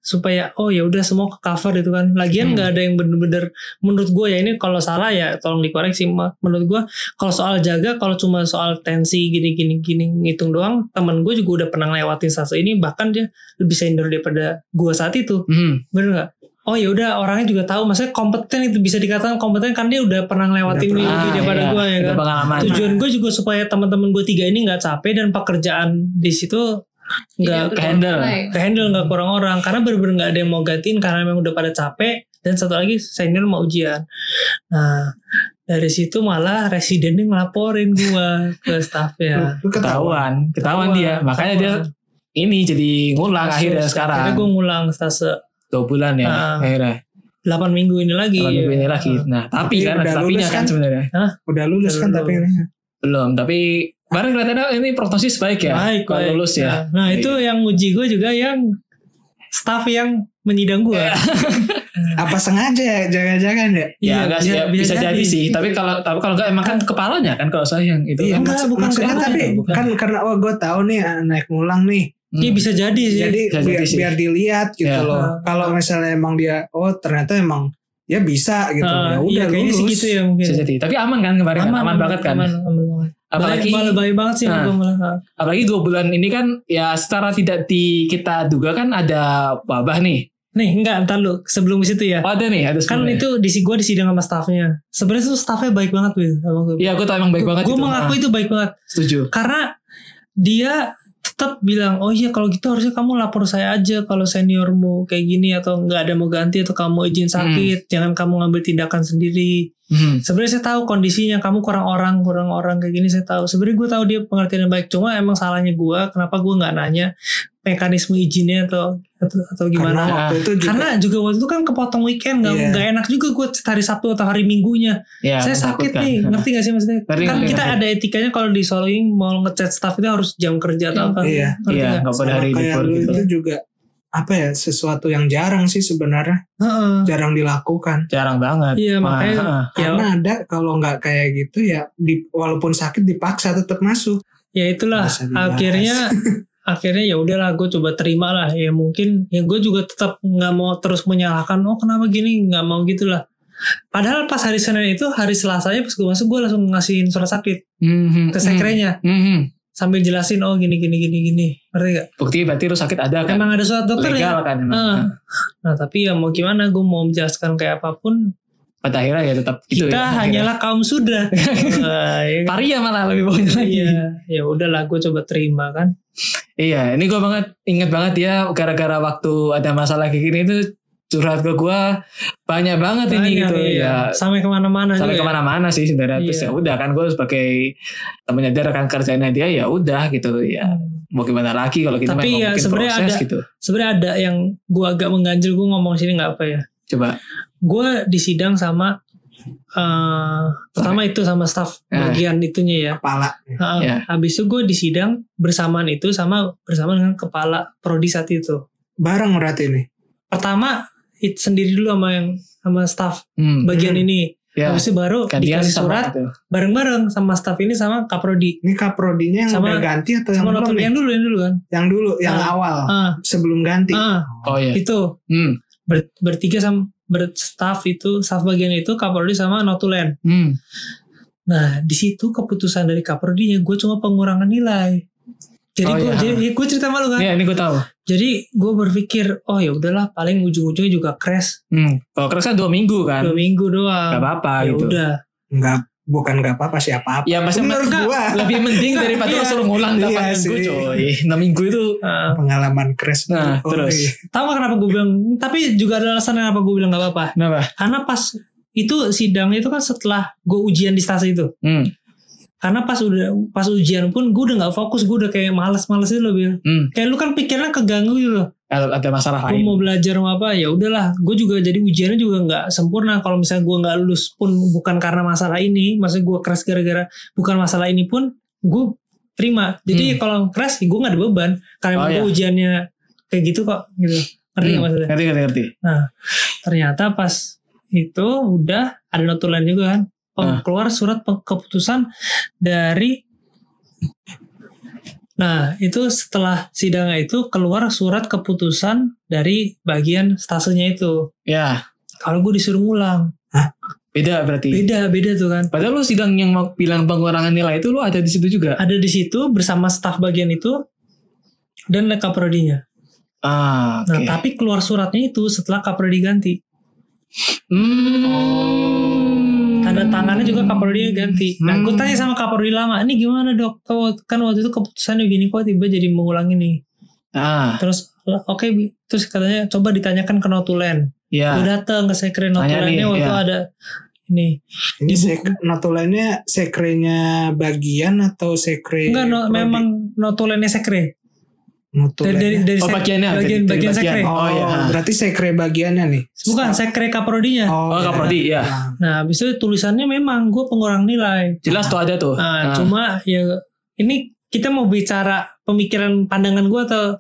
S2: supaya oh ya udah semua ke cover itu kan lagian
S3: Hmm.
S2: nggak ada yang bener-bener menurut gue ya ini kalau salah ya tolong dikoreksi Ma. menurut gue kalau soal jaga kalau cuma soal tensi gini gini gini ngitung doang temen gue juga udah pernah lewatin fase ini bahkan dia lebih senior daripada gue saat itu
S3: Hmm.
S2: bener nggak oh ya udah orangnya juga tahu maksudnya kompeten itu bisa dikatakan kompeten kan dia udah pernah lewatin ini
S1: Udah pernah,
S2: lebih
S1: iya.
S2: daripada gue ya
S3: Ada
S2: kan
S3: pengalaman.
S2: tujuan gue juga supaya teman-teman gue tiga ini nggak capek dan pekerjaan di situ nggak
S3: ke handle.
S4: Iya.
S2: ke handle nggak kurang orang karena bener-bener nggak ada yang mau gantiin karena memang udah pada capek dan satu lagi senior mau ujian nah dari situ malah residennya ngelaporin gue ke staffnya
S1: Lu ketawa.
S3: Ketahuan, ketahuan dia. Makanya dia ini jadi ngulang akhirnya sekarang.
S2: akhirnya gue ngulang stase
S3: Dua bulan ya
S2: Ah. Iya.
S3: akhirnya.
S2: 8 minggu ini lagi
S3: Kalau minggu ini lagi. Nah, tapi
S1: Tapi
S3: kan
S1: udah
S3: ada tapinya
S1: lulus
S3: kan
S1: kan?
S3: sebenarnya.
S1: Udah lulus kan
S2: Udah
S1: tapi
S2: lulus.
S3: Belum, tapi kemarin kelihatannya ini prognosis baik ya.
S2: Baik,
S3: kalau
S2: baik.
S3: lulus ya.
S2: Nah, nah, itu yang uji gue juga yang staff yang menyidang gue.
S3: Iya.
S1: apa sengaja ya jaga-jaga ya?
S3: Ya, enggak sih, ya, bisa, jadi, sih. Tapi kalau tapi kalau enggak emang kan kepalanya kan kalau saya yang itu.
S1: Iya,
S3: kan.
S2: Gitu. enggak,
S1: maksud-
S2: bukan
S1: maksudnya
S2: sengaja,
S1: tapi
S2: bukan.
S1: kan karena oh gue tahu nih ah, naik ngulang nih.
S3: Hmm.
S2: Iya bisa jadi sih.
S1: Jadi
S3: bisa
S1: biar,
S3: jadi sih.
S1: biar dilihat gitu
S3: Ya.
S1: loh. Kalau
S2: Iya.
S1: misalnya emang dia oh ternyata emang ya bisa gitu.
S2: Ah, iya,
S1: ya udah
S2: kayaknya
S1: lulus.
S2: sih gitu ya mungkin.
S3: Bisa jadi. Tapi aman kan kemarin? kan? Aman, banget kan.
S2: Aman, aman banget.
S3: Apalagi
S2: Baik, malah baik banget sih Ah.
S3: Nah.
S2: gue malah.
S3: apalagi dua bulan ini kan ya secara tidak di kita duga kan ada wabah nih.
S2: Nih, enggak ntar lu sebelum ke situ ya.
S3: Oh, ada nih, ada
S2: kan
S3: sebelumnya.
S2: itu di gue disidang sama staffnya. Sebenarnya tuh staffnya baik banget Wil, sama gue.
S3: Iya, aku tau emang baik banget
S2: Gue
S3: itu.
S2: mengaku
S3: Ah,
S2: itu baik banget.
S3: setuju.
S2: karena dia tetap bilang oh iya kalau gitu harusnya kamu lapor saya aja kalau seniormu kayak gini atau nggak ada mau ganti atau kamu izin sakit jangan kamu ngambil tindakan sendiri
S3: Hmm.
S2: sebenarnya saya tahu kondisinya kamu kurang orang kurang orang kayak gini saya tahu sebenarnya gue tahu dia pengertian yang baik cuma emang salahnya gue kenapa gue nggak nanya mekanisme izinnya atau atau, atau
S1: Karena
S2: gimana
S1: waktu itu juga
S2: karena juga waktu itu kan kepotong weekend nggak
S1: Iya.
S2: nggak enak juga gue hari Sabtu atau hari Minggunya
S3: Ya,
S2: saya sakit
S3: menakutkan.
S2: nih ngerti gak sih maksudnya
S3: Ngerti,
S2: kan
S3: ngerti,
S2: kita
S3: ngerti.
S2: ada etikanya kalau di soloing mau ngechat staff itu harus jam kerja atau apa
S1: Iya.
S2: ngerti
S3: Iya,
S2: nggak?
S3: nggak pada
S1: sama
S3: hari
S1: kayak
S3: libur
S1: lu
S3: gitu.
S1: itu juga apa ya sesuatu yang jarang sih sebenarnya
S2: Heeh.
S1: jarang dilakukan
S3: Jarang banget.
S2: iya makanya
S3: Ah,
S2: ya,
S1: karena ada kalau nggak kayak gitu ya di, walaupun sakit dipaksa tetap masuk
S2: ya itulah
S1: Bisa dibahas.
S2: akhirnya akhirnya ya udahlah gue coba terima lah ya mungkin ya gue juga tetap nggak mau terus menyalahkan oh kenapa gini nggak mau gitulah padahal pas hari Senin itu hari Selasanya pas gue masuk gue langsung ngasihin surat sakit
S3: Mhm,
S2: ke sekrenya
S3: mhm, mhm.
S2: sambil jelasin oh gini gini gini gini ngerti gak?
S3: Bukti berarti lu sakit ada kan?
S2: emang ada surat dokter ya
S3: Legal kan emang.
S2: Ah. Nah tapi ya mau gimana gue mau menjelaskan kayak apapun
S3: Pada akhirnya ya tetap gitu
S2: kita
S3: ya.
S2: hanyalah kaum sudah. Wah, ya
S3: akhirnya.
S2: kan?
S3: Paria malah lebih bawahnya lagi.
S2: Iya, ya udahlah gue coba terima kan.
S3: Iya, ini gue banget inget banget ya gara-gara waktu ada masalah kayak gini itu curhat ke gue banyak banget ini
S2: Banyak,
S3: gitu ya.
S2: iya. Sampai kemana-mana.
S3: Sampai
S2: juga.
S3: kemana-mana sih sebenarnya terus
S2: Iya.
S3: ya udah kan gue sebagai temennya dia rekan kerjanya dia ya udah gitu ya mau gimana lagi kalau kita
S2: Hmm. Tapi
S3: memang
S2: ya,
S3: mungkin
S2: sebenarnya
S3: proses
S2: ada-
S3: gitu
S2: Sebenarnya ada yang gue agak mengganjel gue ngomong sini nggak apa ya.
S3: coba
S2: Gue disidang sama eh pertama itu sama staff
S3: Eh.
S2: bagian itunya ya.
S1: kepala
S2: Heeh.
S3: Iya.
S2: Habis itu gue disidang bersamaan itu sama bersama dengan kepala prodi saat itu.
S1: bareng berarti ini
S2: Pertama it sendiri dulu sama yang sama staff
S3: hmm,
S2: bagian
S1: Hmm.
S2: ini.
S3: ya
S2: Habis itu baru
S3: gantian sama
S2: dikasih
S3: gitu.
S2: surat
S3: itu.
S2: bareng-bareng sama staff ini sama kaprodi.
S1: ini kaprodinya yang
S2: Sama-
S1: udah ganti atau yang
S2: Sama
S1: belum
S2: dokter
S1: nih?
S2: yang dulu yang dulu kan.
S1: yang dulu yang
S2: Ah.
S1: awal
S2: Ah,
S1: sebelum ganti
S2: ah,
S3: oh iya
S2: itu.
S3: hmm.
S2: Ber- bertiga sama berstaff itu staff bagian itu Kapolri sama Notulen.
S3: Hmm.
S2: Nah di situ keputusan dari Kapolri gue cuma pengurangan nilai. Jadi
S3: Oh,
S2: gue
S3: iya.
S2: jadi gue cerita malu kan.
S3: Iya, ini gue tahu.
S2: Jadi gue berpikir oh ya udahlah paling ujung-ujungnya juga crash
S3: Hmm. Kalau keras kan dua minggu kan.
S2: dua minggu
S3: Gak
S2: doang.
S3: apa-apa
S2: Ya
S3: gitu.
S2: udah.
S1: nggak bukan nggak apa-apa sih apa-apa
S3: Ya pasti
S1: menurut
S3: men-
S1: gua
S3: lebih mending daripada
S2: Iya.
S3: lo suruh ngulang
S1: Iya
S3: 8 minggu
S1: sih.
S3: coy. 6 minggu itu
S2: Nah,
S1: pengalaman crash oh, iya.
S3: Nah, terus.
S2: Tahu nggak kenapa gue bilang? Tapi juga ada alasan kenapa gue bilang gak apa-apa.
S3: kenapa?
S2: Karena pas itu sidangnya itu kan setelah gue ujian di stasi itu.
S3: Hmm.
S2: Karena pas udah pas ujian pun gue udah nggak fokus, gue udah kayak males-males itu loh Bil.
S3: Hmm.
S2: Kayak lu kan pikirannya keganggu gitu loh.
S3: Ada, ada masalah
S2: Gue
S3: lain.
S2: mau belajar mau apa ya udahlah. Gue juga jadi ujiannya juga nggak sempurna. Kalau misalnya gue nggak lulus pun bukan karena masalah ini, maksudnya gue crash gara-gara bukan masalah ini pun gue terima. Jadi
S3: Hmm.
S2: kalau crash gue nggak ada beban karena
S3: Oh,
S2: emang
S3: iya.
S2: gue ujiannya kayak gitu kok gitu. Ngerti nggak
S3: Hmm.
S2: maksudnya?
S3: Ngerti, ngerti, ngerti.
S2: ternyata pas itu udah ada notulen juga kan Peng-
S3: Ah.
S2: keluar surat pe- keputusan dari nah itu setelah sidangnya itu keluar surat keputusan dari bagian stasenya itu
S3: Ya,
S2: kalau gue disuruh ngulang
S3: beda berarti.
S2: beda beda tuh kan
S3: Padahal lu sidang yang mau bilang pengurangan nilai itu lu ada di situ juga.
S2: ada di situ bersama staf bagian itu dan kaprodinya.
S3: Ah, oke.
S2: Nah, tapi keluar suratnya itu setelah kaprodi ganti.
S3: Hmm.
S2: tanda tangannya juga kapolri ganti. Nah,
S3: Hmm.
S2: gue tanya sama kapolri lama, ini gimana dok? Kau- Kan waktu itu keputusannya gini kok tiba jadi mengulang ini.
S3: Ah,
S2: Terus "Lah, oke, Bi." terus katanya coba ditanyakan ke notulen. Gue
S3: ya.
S2: datang ke sekre
S3: Tanya
S2: notulennya
S3: nih,
S2: waktu
S3: ya.
S2: ada ini.
S1: ini sek- notulennya sekrenya bagian atau sekre
S2: Enggak, no-
S1: prodi?
S2: memang notulennya sekre. Dari dari, dari
S1: notulennya
S3: Oh,
S2: sek-
S3: bagiannya.
S2: bagian
S3: Jadi
S2: bagian sekre.
S3: bagian.
S1: oh,
S3: Oh, iya.
S1: berarti sekre bagiannya nih
S2: Bukan sekre kaprodinya.
S3: Oh,
S1: iya.
S3: Kaprodi, ya.
S1: Nah,
S2: Nah, habis itu tulisannya memang gue pengurang nilai.
S3: Jelas tuh ada tuh.
S2: Nah,
S3: Ah.
S2: cuma ya ini kita mau bicara pemikiran pandangan gue atau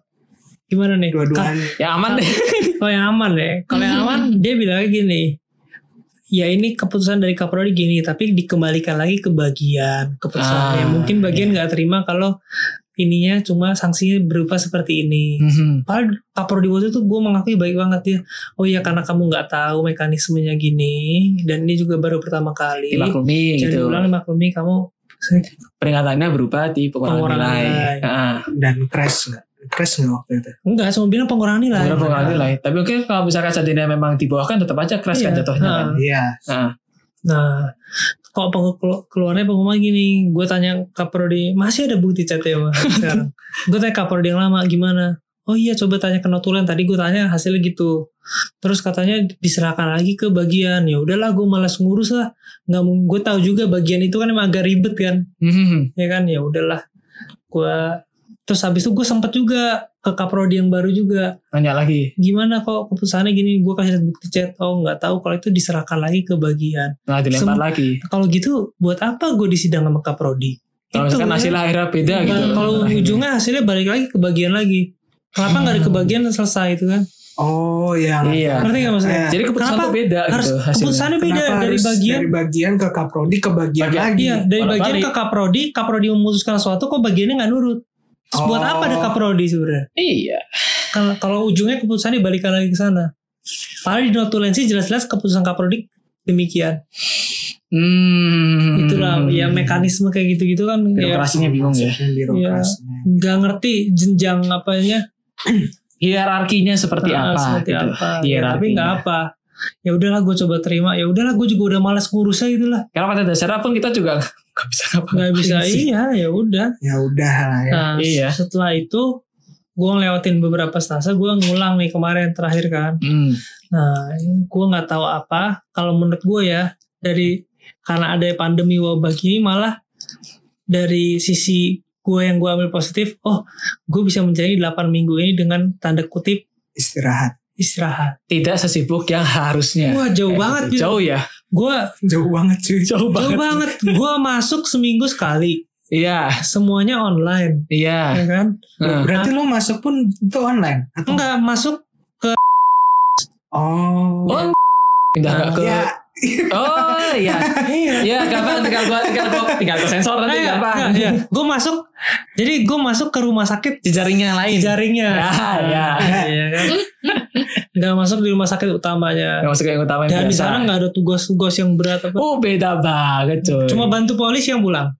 S2: gimana nih?
S1: dua-duanya
S3: Ya aman deh.
S2: Kalau yang aman ya, kalau yang aman
S3: Hmm.
S2: dia bilang gini, ya ini keputusan dari Kapolri gini, tapi dikembalikan lagi ke bagian keputusannya.
S3: Ah,
S2: Mungkin bagian nggak terima kalau ininya cuma sanksinya berupa seperti ini.
S3: Mhm.
S2: Padahal Kapolri waktu itu gue mengakui baik banget dia. Oh iya karena kamu nggak tahu mekanismenya gini dan ini juga baru pertama kali.
S3: Dimaklumi
S2: Jadi
S3: gitu.
S2: ulang maklumi kamu
S3: Peringatannya berupa di pengurangan
S2: Pengurangan
S3: nilai.
S2: nilai. Nah,
S3: Ah.
S1: dan crash nggak crash nggak waktu itu
S2: enggak cuma bilang pengurangan nilai.
S3: Pengurangan pengurangan nilai. Tapi mungkin kalau misalkan sadarnya memang di bawah kan tetap aja keras kan
S2: Iya.
S3: jatuhnya kan.
S2: Ah.
S1: iya
S3: Ah.
S2: Nah, kok pengu- kelu- keluarnya pengumuman gini, gue tanya kaprodi, masih ada bukti chatnya Bang, sekarang. gue tanya kaprodi yang lama gimana? Oh iya, coba tanya ke notulen. Tadi gue tanya hasilnya gitu. Terus katanya diserahkan lagi ke bagian. Ya udahlah, gue malas ngurus lah. Nggak, gue tahu juga bagian itu kan emang agak ribet kan,
S3: Mhm.
S2: ya kan? Ya udahlah, gue terus habis itu gue sempet juga ke kaprodi yang baru juga
S3: Nanya lagi.
S2: gimana kok keputusannya gini gue kasih lihat bukti chat oh nggak tahu kalau itu diserahkan lagi ke bagian
S3: Nah dilempar
S2: Sem-
S3: lagi.
S2: kalau gitu buat apa gue di sidang sama kaprodi
S3: Kalau
S2: Itu,
S3: misalkan
S2: ya.
S3: hasilnya akhirnya beda
S2: Nah,
S3: gitu.
S2: kalau
S3: Akhirnya. Hmm.
S2: ujungnya hasilnya balik lagi ke bagian lagi kenapa nggak di kebagian selesai itu kan
S1: oh yang
S3: Iya.
S2: ngerti nggak maksudnya
S1: Eh,
S3: Nah, Jadi keputusan
S2: Kenapa
S3: tuh beda
S2: harus
S3: gitu hasilnya.
S2: keputusannya beda
S1: kenapa
S2: dari
S1: harus
S2: bagian
S1: dari bagian ke kaprodi ke bagian,
S3: Bagian-
S1: lagi
S2: iya dari
S3: bolak
S2: bagian
S3: balik.
S2: ke kaprodi kaprodi memutuskan sesuatu kok bagiannya nggak nurut Terus buat
S1: Oh.
S2: apa ada kaprodi sebenarnya
S3: Iya.
S2: Kalau- kalau ujungnya keputusannya dibalikan lagi ke sana Padahal di notulensi jelas-jelas keputusan kaprodi demikian
S3: Hmm.
S2: itulah ya mekanisme kayak gitu-gitu kan ya
S3: Birokrasinya bingung ya.
S1: Maksudnya birokrasinya.
S2: nggak ngerti jenjang apanya
S3: Hierarkinya seperti
S2: ah,
S3: apa
S2: seperti
S3: gitu.
S2: apa ya,
S3: Hierarkinya.
S2: tapi nggak apa ya udahlah gue coba terima ya udahlah gue juga udah malas ngurusnya gitulah
S3: Karena pada dasarnya pun kita juga nggak bisa ngapa
S2: nggak bisa iya ya udah
S1: ya udah lah ya
S2: nah
S3: Iya.
S2: setelah itu gue ngelewatin beberapa stase gue ngulang nih kemarin terakhir kan
S3: Hmm.
S2: nah gue nggak tahu apa kalau menurut gue ya dari karena ada pandemi wabah gini malah dari sisi gue yang gue ambil positif oh gue bisa menjalani 8 minggu ini dengan tanda kutip
S1: istirahat
S2: istirahat
S3: Tidak sesibuk yang harusnya.
S2: wah jauh
S3: Kayak
S2: banget
S3: gitu.
S2: gitu
S3: Jauh ya.
S2: gue
S1: jauh banget cuy
S3: Jauh
S2: jauh
S3: banget.
S2: banget gue masuk seminggu sekali
S3: Iya.
S2: semuanya online
S3: Iya.
S2: ya kan
S3: Heeh.
S1: berarti lo masuk pun itu online atau
S2: enggak masuk
S1: oh
S3: Oh, pindah nggak ke
S2: Iya.
S1: ya
S3: Oh iya. Iya, gampang tinggal gua tinggal gua tinggal gua sensor
S2: Iya,
S3: nanti gampang.
S2: gue masuk jadi gue masuk ke rumah sakit
S3: Ya, Jejaringnya yang lain.
S2: jaringnya
S3: Ya, ya.
S2: Iya kan? nggak masuk di rumah sakit utamanya
S3: Yang masuk yang utama yang
S2: dan di
S3: biasa.
S2: sana nggak ada tugas-tugas yang berat apa
S3: Oh beda banget coy.
S2: cuma bantu polisi yang pulang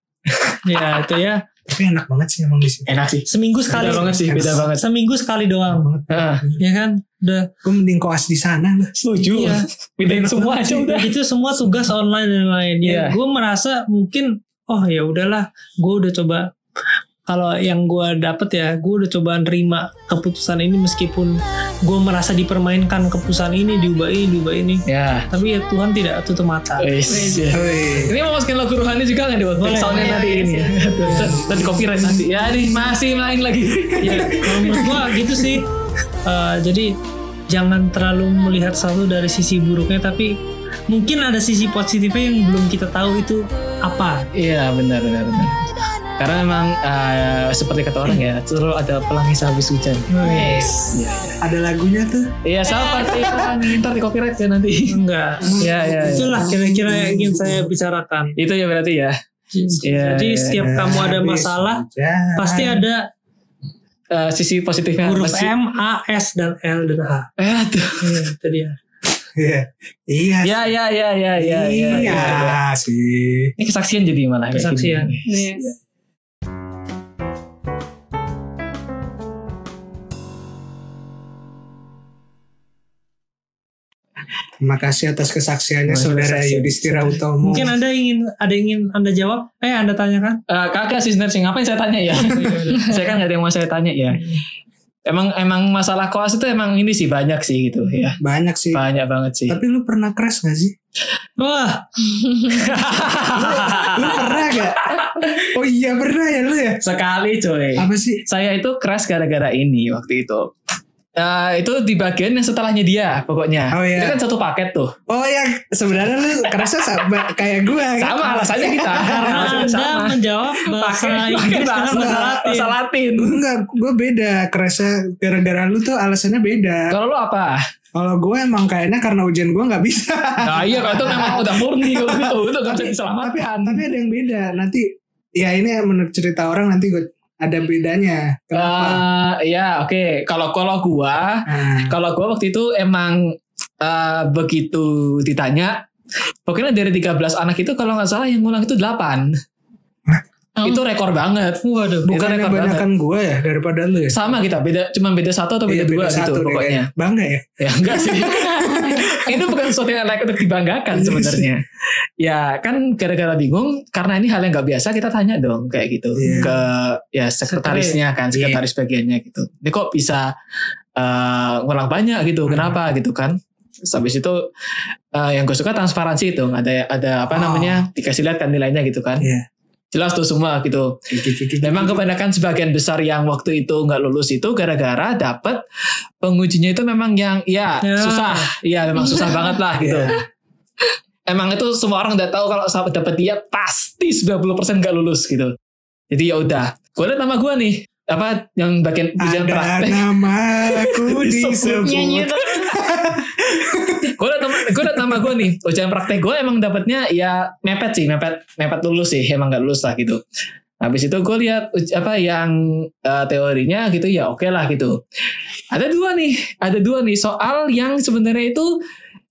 S2: ya itu ya
S1: Tapi enak banget sih emang di sini.
S3: enak sih.
S2: seminggu sekali
S3: Beda banget sih, beda banget.
S2: seminggu sekali
S1: Enak
S2: doang
S1: banget.
S3: Heeh.
S2: ya kan udah
S1: Gue mending koas di sana. lah.
S3: setuju.
S2: Iya.
S3: Pindahin semua aja udah.
S2: itu semua tugas online dan lain ya
S3: Iya.
S2: gue merasa mungkin oh ya udahlah gue udah coba kalau yang gue dapet ya gue udah coba nerima keputusan ini meskipun gue merasa dipermainkan keputusan ini diubah ini diubah ini
S3: Ya.
S2: tapi ya Tuhan tidak tutup mata
S3: Wis.
S1: Wih.
S3: ya. Ini mau masukin lagu rohani juga nggak nih buat
S2: Boleh.
S3: soundnya
S4: Boleh,
S3: nanti
S4: boleh.
S3: ini ya. Tadi copyright nanti. Ya nih masih main lagi.
S2: ya kalau menurut gue gitu sih Eh, jadi jangan terlalu melihat satu dari sisi buruknya tapi mungkin ada sisi positifnya yang belum kita tahu itu apa
S3: Iya benar benar benar. Karena memang eh, seperti kata orang ya, selalu ada pelangi sehabis hujan. Iya.
S1: Ada lagunya tuh.
S3: Iya sama sih pelangi ntar di copyright ya nanti.
S2: enggak
S3: Iya iya. iya.
S2: itulah kira-kira yang ingin saya bicarakan
S3: Itu ya berarti ya. Iya,
S2: jadi
S3: iya,
S2: setiap kamu ada
S1: Nah, Habis Ya.
S2: masalah
S1: hujan.
S2: pasti ada
S3: Eh, sisi positifnya
S2: huruf
S3: pasti-
S2: M A S dan L dan H
S3: Aduh.
S2: Iya, itu dia
S1: Iya. Iya.
S3: Ya ya ya ya ya. ya,
S1: Iya,
S3: ya, ya.
S1: sih.
S3: Ini kesaksian jadi malah. kayak gini.
S2: Kesaksian.
S4: Iya.
S1: Terima kasih atas
S3: Terima
S1: kesaksiannya
S3: kasih
S1: saudara
S3: kesaksian.
S1: Yudhistira Utomo.
S2: mungkin anda ingin ada ingin anda jawab eh anda tanyakan
S3: Eh, kakak sih sebenarnya ngapain saya tanya ya? saya kan gak ada yang mau saya tanya ya. Emang emang masalah koas itu emang ini sih banyak sih gitu ya.
S1: banyak sih.
S3: Banyak banget sih.
S1: Tapi lu pernah crash gak sih?
S2: wah
S1: Lu pernah gak? Oh iya pernah ya lu ya?
S3: Sekali coy.
S1: Apa sih?
S3: Saya itu crash gara-gara ini waktu itu. Eh, itu di bagian yang setelahnya dia pokoknya.
S1: Oh, iya.
S3: Itu kan satu paket tuh.
S1: Oh yang sebenarnya lu kerasa sama kayak gua kan?
S3: Sama alasannya kita.
S2: karena
S3: Alasannya
S2: anda
S3: Iya, sama.
S2: menjawab bahasa
S3: Pakai pakai
S2: Inggris dengan
S3: bahasa
S2: bahasa Latin
S3: bahasa Latin.
S1: Enggak, gue beda. Kerasa gara-gara lu tuh alasannya beda.
S3: Kalau lu apa?
S1: Kalau gue emang kayaknya karena ujian gue nggak bisa.
S3: Nah iya kalau itu memang udah murni kalau gitu itu nggak bisa
S1: tapi,
S3: diselamatkan.
S1: tapi ada yang beda. Nanti ya ini menurut cerita orang nanti gue ada bedanya. Kenapa?
S3: Eh, ya oke kalau kalau gua
S1: Nah,
S3: kalau gua waktu itu emang eh, begitu ditanya pokoknya dari 13 anak itu kalau nggak salah yang ngulang itu 8
S1: Nah.
S4: Oh.
S3: itu rekor banget
S2: waduh
S1: bukannya
S3: rekor
S1: kebanyakan gue ya daripada lu ya?
S3: sama kita beda cuman beda satu atau beda,
S1: Iya,
S3: dua gitu
S1: deh
S3: pokoknya
S1: kayaknya. Bangga ya?
S3: ya enggak sih itu bukan sesuatu yang layak untuk dibanggakan sebenarnya ya kan gara-gara bingung karena ini hal yang nggak biasa kita tanya dong kayak gitu
S1: Iya.
S3: ke ya sekretarisnya kan
S1: Iya.
S3: sekretaris bagiannya gitu ini kok bisa eh, ngulang banyak
S1: Hmm.
S3: gitu kenapa gitu kan Terus habis itu eh, yang gue suka transparansi itu ada ada apa
S1: Oh.
S3: namanya dikasih lihat kan nilainya gitu kan
S1: Iya.
S3: jelas tuh semua gitu Memang kebanyakan sebagian besar yang waktu itu nggak lulus itu gara-gara dapet pengujinya itu memang yang ya,
S2: Ya.
S3: susah, ya memang susah banget lah gitu.
S1: Ya.
S3: Emang itu semua orang udah tahu kalau sahabat dapet dia pasti 90% nggak lulus gitu. Jadi ya udah, gue liat nama gue nih apa yang bagian ujian
S1: ada
S3: praktek.
S1: nama aku
S2: Iya,
S3: Disebut.
S4: Nyanyi
S1: disebut.
S4: tuh.
S3: Gue liat nama gue liat nama gue nih ujian praktek gue emang dapetnya ya mepet sih, mepet mepet lulus sih, emang nggak lulus lah gitu. Habis itu gue lihat uj- apa yang eh, teorinya gitu ya oke lah gitu. ada dua nih, ada dua nih soal yang sebenarnya itu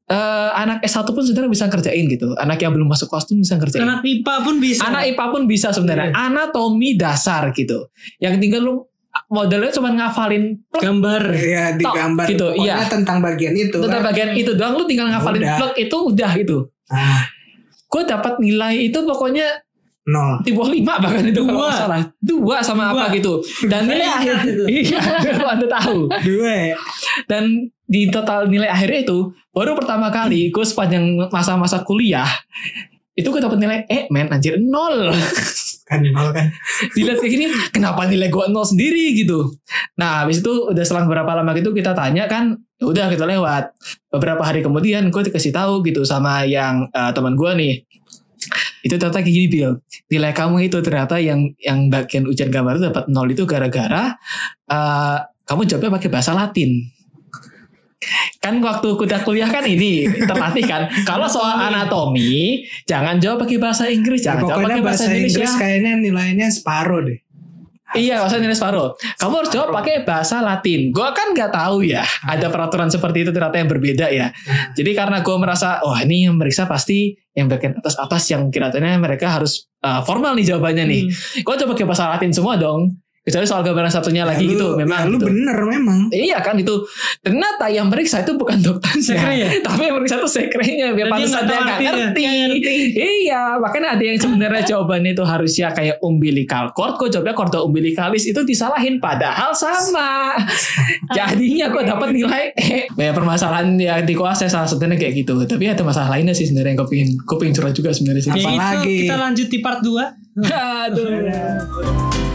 S3: eh, anak S1 pun sebenarnya bisa kerjain gitu. Anak yang belum masuk kostum bisa kerjain. Anak,
S2: anak IPA pun bisa
S3: IPA pun bisa sebenarnya. Anatomi dasar gitu. Yang tinggal lu modelnya cuma ngafalin plek
S2: gambar
S1: Ya digambar
S3: gitu,
S1: Pokoknya
S3: iya.
S1: tentang bagian itu.
S3: tentang
S1: kan.
S3: bagian itu doang lu tinggal ngafalin
S1: Udah.
S3: plek itu udah gitu.
S1: Ah,
S3: Gue dapat nilai itu pokoknya
S1: nol.
S3: di bawah lima bahkan itu kalau
S2: Dua.
S3: nggak salah. Dua sama
S2: Dua.
S3: apa gitu. Dan nilai
S2: Saya
S3: akhir
S2: ingat itu.
S3: Iya, anda tahu.
S1: Dua. ya?
S3: dan di total nilai akhirnya itu baru pertama kali gue sepanjang masa-masa kuliah itu gue dapet nilai eh men anjir nol
S1: Kan nol kan.
S3: dilihat kayak gini kenapa nilai gue nol sendiri gitu nah habis itu udah selang berapa lama gitu kita tanya kan ya udah kita lewat beberapa hari kemudian gue dikasih tahu gitu sama yang eh, teman gue nih itu ternyata kayak gini Bill nilai kamu itu ternyata yang yang bagian ujian gambar itu dapat nol itu gara-gara eh, kamu jawabnya pakai bahasa Latin kan waktu kuda kuliah kan ini terlatih kan kalau soal anatomi jangan jawab pakai bahasa Inggris
S1: Ya,
S3: jangan jawab
S1: pokoknya
S3: pakai bahasa,
S1: bahasa
S3: Indonesia
S1: Inggris kayaknya nilainya separuh deh.
S3: Iya, nggak usah nilai separuh. Kamu harus jawab pakai bahasa Latin. Gua kan nggak tahu ya, ada peraturan seperti itu ternyata yang berbeda ya. Jadi karena gua merasa, wah ini yang meriksa pasti yang bagian atas atas yang kelihatannya mereka harus uh, formal nih
S2: Hmm.
S3: jawabannya nih.
S1: Hmm.
S3: Gua coba pakai bahasa Latin semua dong. Kecuali soal gambaran satunya lagi
S1: Ya,
S3: gitu,
S1: lu-
S3: memang.
S1: ya, lu
S3: gitu.
S1: bener memang.
S3: Iya kan itu ternyata yang meriksa itu bukan dokternya,
S2: Sekre ya?
S3: tapi yang meriksa itu sekrenya biar
S2: Dan dia
S3: pantas
S2: nggak
S3: ada
S2: tahu
S3: yang nggak
S2: artinya.
S3: ngerti. Iya, makanya ada yang sebenarnya jawabannya itu harusnya kayak umbilical cord, kok jawabnya korda umbilicalis itu disalahin padahal sama. Jadinya kok dapat nilai E. Banyak permasalahan yang di koas saya salah satunya kayak gitu. Tapi ada masalah lainnya sih sebenarnya yang gue pengen, gue pengen curhat juga sebenarnya sih.
S2: Ya itu
S1: Apalagi?
S2: kita lanjut di part 2
S3: Aduh.